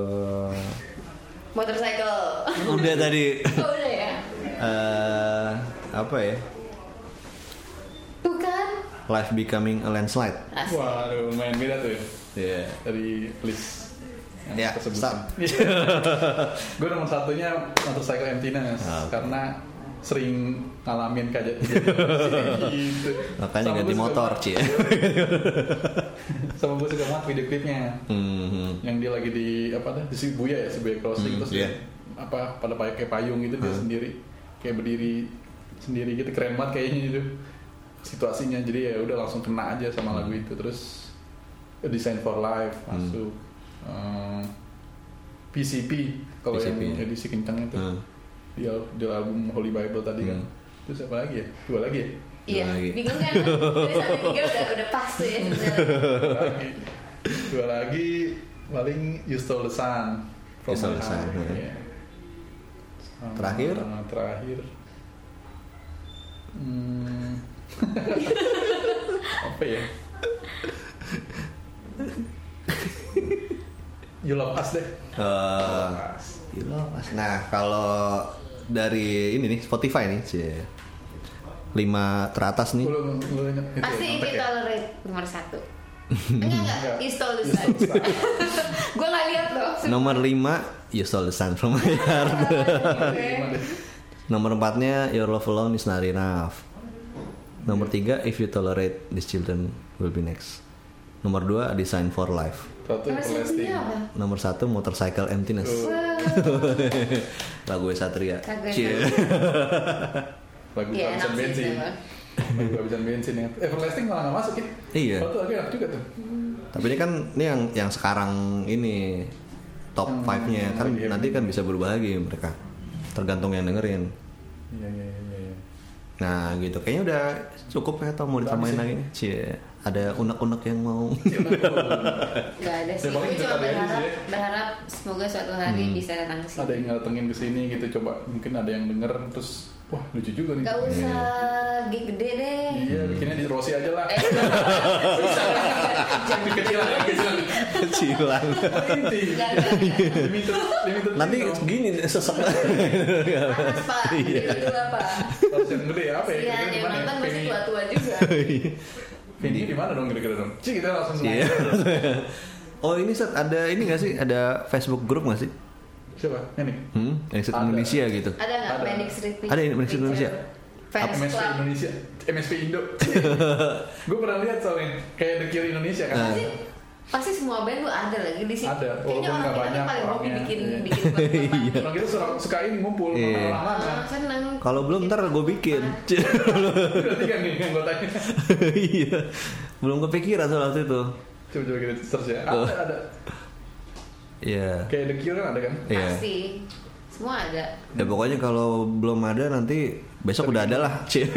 Speaker 4: *laughs*
Speaker 1: Motorcycle.
Speaker 3: udah tadi
Speaker 1: Oh, udah ya.
Speaker 3: eh apa ya
Speaker 1: Tuh kan.
Speaker 3: life becoming a landslide
Speaker 1: Asik.
Speaker 4: Waduh, lumayan beda tuh ya.
Speaker 3: ya
Speaker 4: Dari list
Speaker 3: Ya,
Speaker 4: *laughs*
Speaker 3: start.
Speaker 4: gue nomor satunya motorcycle emptiness
Speaker 3: Ah, oke.
Speaker 4: karena sering ngalamin kejadian gitu.
Speaker 3: *laughs* makanya
Speaker 4: Sama
Speaker 3: ganti
Speaker 4: gua suka
Speaker 3: motor
Speaker 4: banget-
Speaker 3: cie
Speaker 4: Sama gue suka banget video klipnya.
Speaker 3: Mhm.
Speaker 4: yang dia lagi di apa dah di Shibuya ya Shibuya Crossing
Speaker 3: Hmm,
Speaker 4: terus
Speaker 3: iya. Hmm.
Speaker 4: dia, apa pada pakai payung gitu dia sendiri kayak berdiri sendiri gitu keren banget kayaknya gitu situasinya jadi ya udah langsung kena aja sama
Speaker 3: Hmm.
Speaker 4: lagu itu terus A Design for Life masuk Eh, PCP kalau yang
Speaker 3: PCP.
Speaker 4: edisi kencang itu
Speaker 3: Hmm.
Speaker 4: di, al- di album Holy Bible tadi kan
Speaker 3: Hmm.
Speaker 4: terus apa lagi ya dua lagi ya
Speaker 1: Iya,
Speaker 3: Dua lagi.
Speaker 1: bingung kan? Jadi satu tiga udah udah pas
Speaker 4: *laughs*
Speaker 1: tuh ya.
Speaker 4: dua lagi dua lagi paling You Stole the Sun
Speaker 3: You Stole
Speaker 4: My
Speaker 3: the Sun,
Speaker 4: Heart,
Speaker 3: ya.
Speaker 4: ya. Sama
Speaker 3: Terakhir?
Speaker 4: terakhir hmm. *laughs* apa ya You Love Us deh.
Speaker 3: Eh, Nah, kalau dari ini nih Spotify nih, cie. Lima teratas nih.
Speaker 4: Lu, lu, lu inget itu ya,
Speaker 1: Pasti
Speaker 4: kontak
Speaker 1: ini
Speaker 4: ya?
Speaker 1: tolerate nomor satu.
Speaker 4: *laughs*
Speaker 1: Enggak enggak,
Speaker 4: Enggak.
Speaker 1: install the
Speaker 4: It's
Speaker 1: sun.
Speaker 4: all the sun.
Speaker 1: Gue nggak lihat loh.
Speaker 3: Nomor lima You Stole the Sun from My Heart. Nomor empatnya Your Love Alone is Not Enough. Nomor tiga If You Tolerate These Children Will Be Next. Nomor dua Design for Life.
Speaker 4: Satu
Speaker 1: Nomor
Speaker 4: everlasting.
Speaker 1: satunya apa?
Speaker 3: Nomor satu Motorcycle Emptiness. *laughs* Lagu Satria.
Speaker 1: Lagu
Speaker 3: Cie.
Speaker 4: Lagu
Speaker 1: Iya, enak
Speaker 4: kehabisan
Speaker 1: sih,
Speaker 4: bensin.
Speaker 1: emang.
Speaker 4: Lagu kehabisan bensin ya. Everlasting malah nggak masuk ya.
Speaker 3: Iya.
Speaker 4: Waktu lagi enak juga tuh.
Speaker 3: Tapi ini kan ini yang yang sekarang ini top
Speaker 4: Yang-
Speaker 3: 5-nya kan
Speaker 4: yang-
Speaker 3: nanti kan bisa berubah lagi mereka. Tergantung yang dengerin.
Speaker 4: Iya iya iya. iya.
Speaker 3: Nah, gitu. Kayaknya udah cukup ya atau mau ditambahin lagi? Cie. Ada unek-unek yang mau *laughs*
Speaker 1: Gak ada sih.
Speaker 4: Ya,
Speaker 1: Gue
Speaker 4: paling itu
Speaker 1: cuma
Speaker 4: tadi aja
Speaker 1: berharap,
Speaker 4: sih ya.
Speaker 1: berharap semoga suatu hari bisa datang ke
Speaker 4: Ada
Speaker 1: sini.
Speaker 4: yang ngelatengin ke sini gitu coba mungkin ada yang denger terus wah lucu juga nih.
Speaker 1: Gak usah gig gede deh.
Speaker 4: *laughs* Iya, bikinnya di Rossi aja lah.
Speaker 1: Eh, *laughs*
Speaker 4: Jangan kecilan, kecilan.
Speaker 3: kecilan.
Speaker 4: Inti.
Speaker 1: Gak gak, gak.
Speaker 4: Limited, limited.
Speaker 3: Nanti *laughs*
Speaker 4: dong.
Speaker 3: gini sesek.
Speaker 1: Panas pak. Gitu apa?
Speaker 4: Harus yang gede ya, Iya. apa ya?
Speaker 1: Iya,
Speaker 4: Kira-kira di
Speaker 1: yang
Speaker 4: mana ya?
Speaker 1: nonton pasti
Speaker 4: Penny- *laughs*
Speaker 1: tua-tua juga.
Speaker 4: Penny di mana dong kira-kira dong? Cih, kita langsung
Speaker 3: Cie.
Speaker 4: nanya.
Speaker 3: Oh, ini set ada ini gak sih? Ada Facebook group gak sih?
Speaker 4: Siapa? Ini.
Speaker 3: Hmm, yang set
Speaker 4: Ada.
Speaker 3: Indonesia gitu.
Speaker 1: Ada nggak
Speaker 4: Ada.
Speaker 1: Panic Street?
Speaker 3: Ada yang Panic Street Indonesia?
Speaker 1: Fans
Speaker 4: MSP
Speaker 1: Club.
Speaker 4: Indonesia, MSP
Speaker 3: *laughs*
Speaker 4: Indo. gue pernah lihat soalnya kayak The Cure Indonesia kan.
Speaker 3: Nah,
Speaker 1: Pasti
Speaker 3: iya.
Speaker 1: pasti semua band tuh ada lagi di sini.
Speaker 4: Ada,
Speaker 1: Kayaknya
Speaker 4: walaupun
Speaker 1: orang kita tuh
Speaker 4: nggak banyak
Speaker 1: paling hobi
Speaker 4: orangnya.
Speaker 1: bikin
Speaker 4: Iya.
Speaker 3: *laughs*
Speaker 1: bikin klub-kluban.
Speaker 4: Orang kita suka, suka ini ngumpul kan.
Speaker 3: Iya.
Speaker 1: Ah,
Speaker 4: lama-lama.
Speaker 1: seneng.
Speaker 3: Kalau belum ntar gue bikin. Cie.
Speaker 4: Udah tiga nih yang gue tanya.
Speaker 3: *laughs* Iya. Belum kepikiran soal waktu itu.
Speaker 4: Coba-coba kita search ya.
Speaker 3: Oh.
Speaker 4: Ada, ada.
Speaker 3: Iya.
Speaker 4: Kayak The Cure kan ada kan?
Speaker 3: Iya.
Speaker 1: Pasti. Semua ada.
Speaker 3: Ya pokoknya kalau belum ada nanti besok udah ada lah. *laughs* Cie.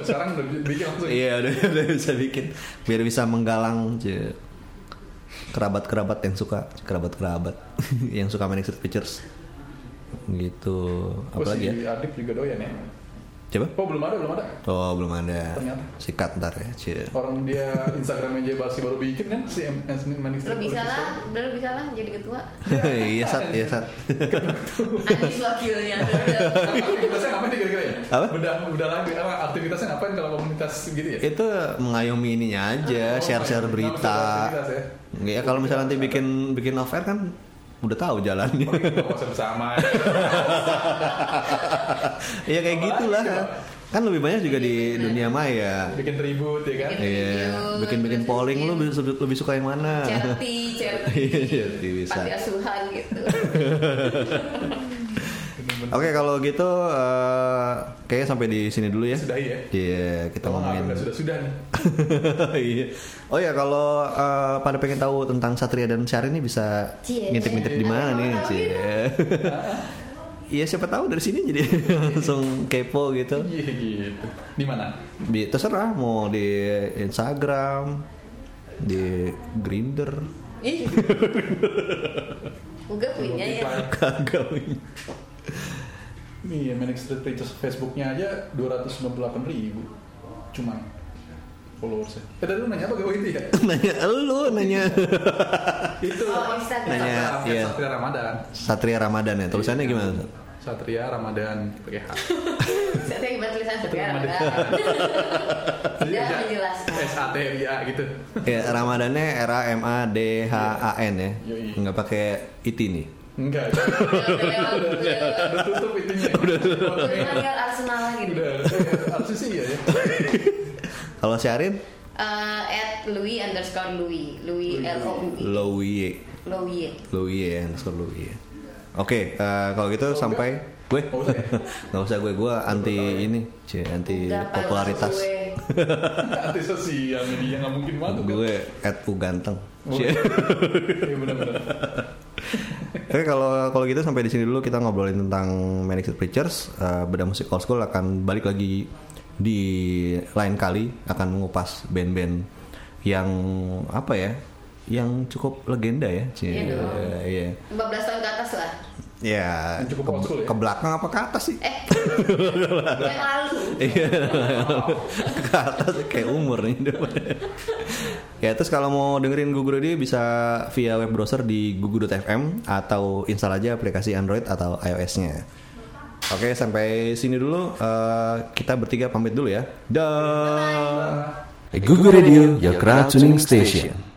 Speaker 4: Sekarang udah bikin langsung.
Speaker 3: Iya udah, udah bisa bikin biar bisa menggalang Cie. kerabat-kerabat yang suka kerabat-kerabat *laughs* yang suka Manic Street Pictures gitu
Speaker 4: Oh,
Speaker 3: apalagi ya
Speaker 4: si Adip juga doyan ya.
Speaker 3: coba
Speaker 4: Oh belum ada, belum ada.
Speaker 3: oh belum ada
Speaker 4: Ternyata. Oh.
Speaker 3: sikat ntar ya Cie.
Speaker 4: Orang dia Instagramnya aja masih baru bikin kan si M- S- Manis
Speaker 1: Lo
Speaker 4: Street
Speaker 1: bisa
Speaker 4: Producer.
Speaker 1: lah, udah lo bisa lah jadi ketua.
Speaker 3: *laughs* iya sat iya sat
Speaker 1: Anies wakilnya.
Speaker 4: *laughs* Aktivitasnya ngapain nih kira-kira ya?
Speaker 3: Apa?
Speaker 4: Udah, udah lagi. Apa, aktivitasnya ngapain kalau komunitas gitu ya?
Speaker 3: itu mengayomi ininya aja Iya,
Speaker 4: Oh,
Speaker 3: share-share
Speaker 4: mengayomi
Speaker 3: berita
Speaker 4: aktivitas ya.
Speaker 3: ya kalau misalnya nanti bikin bikin off air kan udah tahu jalannya
Speaker 4: *laughs* Oke, kita puasa gitu, bersama. ya.
Speaker 3: Iya kayak
Speaker 4: Apalagi
Speaker 3: gitulah.
Speaker 4: coba?
Speaker 3: Kan lebih banyak juga di dunia maya.
Speaker 4: Bikin ribut ya kan?
Speaker 3: Iya,
Speaker 1: video,
Speaker 3: bikin-bikin
Speaker 1: terus
Speaker 3: polling lu
Speaker 1: bikin-
Speaker 3: lebih, lebih suka yang mana?
Speaker 1: Charity,
Speaker 3: Iya,
Speaker 1: charity.
Speaker 3: charity bisa.
Speaker 1: Panti asuhan gitu.
Speaker 3: *laughs* Oke, kalau gitu eh, kayaknya sampai di sini dulu ya.
Speaker 4: Sudahi ya.
Speaker 3: Iya, kita
Speaker 4: Kalau nggak,
Speaker 3: ngomongin.
Speaker 4: udah sudah sudah nih.
Speaker 3: Iya. *laughs* oh ya, kalau eh, pada pengen tahu tentang Satria dan Syari ini bisa
Speaker 1: Cie.
Speaker 3: ngintip-ngintip di mana
Speaker 1: Ada
Speaker 3: nih,
Speaker 1: orang
Speaker 3: Cie. *laughs* Iya, siapa tahu dari sini jadi *laughs* langsung kepo gitu.
Speaker 4: Iya gitu. Di mana?
Speaker 3: di terserah mau di Instagram di Grinder *laughs*
Speaker 1: Ih. Uga punya ya.
Speaker 3: kagak
Speaker 4: Iya, Manic Street Preachers Facebooknya aja 298 ribu Cuman followersnya Eh tadi lu nanya apa gak itu
Speaker 1: *laughs*
Speaker 4: ya?
Speaker 3: nanya lu nanya
Speaker 4: itu
Speaker 1: Oh, Instagram.
Speaker 3: Nanya,
Speaker 4: Satria-
Speaker 3: iya.
Speaker 4: Satria Ramadan
Speaker 3: Satria Ramadan ya tulisannya gimana Sat?
Speaker 4: Satria Ramadan pakai
Speaker 1: *laughs*
Speaker 4: H
Speaker 1: Saya hebat tulisan
Speaker 4: Satria
Speaker 1: sekarang. *laughs*
Speaker 4: Ramadan.
Speaker 1: Tidak
Speaker 4: Iya.
Speaker 1: menjelaskan.
Speaker 4: S A T R I A gitu
Speaker 3: ya Ramadannya R A M A D H A N ya
Speaker 4: Yoi.
Speaker 3: nggak pakai it nih
Speaker 4: Enggak
Speaker 1: Udah, udah, *laughs* udah.
Speaker 4: Udah tutup
Speaker 3: *laughs*
Speaker 4: itunya Udah
Speaker 1: Tinggal Arsenal gitu. lagi.
Speaker 4: Udah Harusnya sih iya ya
Speaker 3: kalau Syarin
Speaker 1: Eh, at Louis underscore Louis Louis L O U I
Speaker 3: Lowie
Speaker 1: Louis
Speaker 3: Lowie ya underscore Lowie oke eh, kalau gitu sampai gue
Speaker 4: Nggak usah ya?
Speaker 3: *laughs* nggak usah gue gue anti ini cie, anti
Speaker 1: Enggak, Pak,
Speaker 3: popularitas
Speaker 1: maksud gue.
Speaker 4: Anti sosial media nggak mungkin masuk kan?
Speaker 3: gue at u ganteng
Speaker 4: Oh.
Speaker 3: Cie. *laughs*
Speaker 4: Iya bener-bener
Speaker 3: Oke kalau kalau gitu sampai di sini dulu kita ngobrolin tentang Manic Street Preachers. Eh, Beda musik old school akan balik lagi di lain kali akan mengupas band-band yang apa ya? Yang cukup legenda ya. Cie.
Speaker 1: Iya dong.
Speaker 3: Iya.
Speaker 1: *laughs* 14 tahun ke atas lah
Speaker 3: Ya,
Speaker 4: Yang cukup
Speaker 3: ke,
Speaker 4: old school ya?
Speaker 3: ke belakang apa ke atas sih?
Speaker 1: Eh, yang lalu.
Speaker 3: Iya. ke atas kayak umur nih ya terus kalau mau dengerin Gugu Radio bisa via web browser di gugu.fm atau install aja aplikasi Android atau iOS-nya oke sampai sini dulu Eh, kita bertiga pamit dulu ya dah
Speaker 6: Google Radio, your crowd tuning station.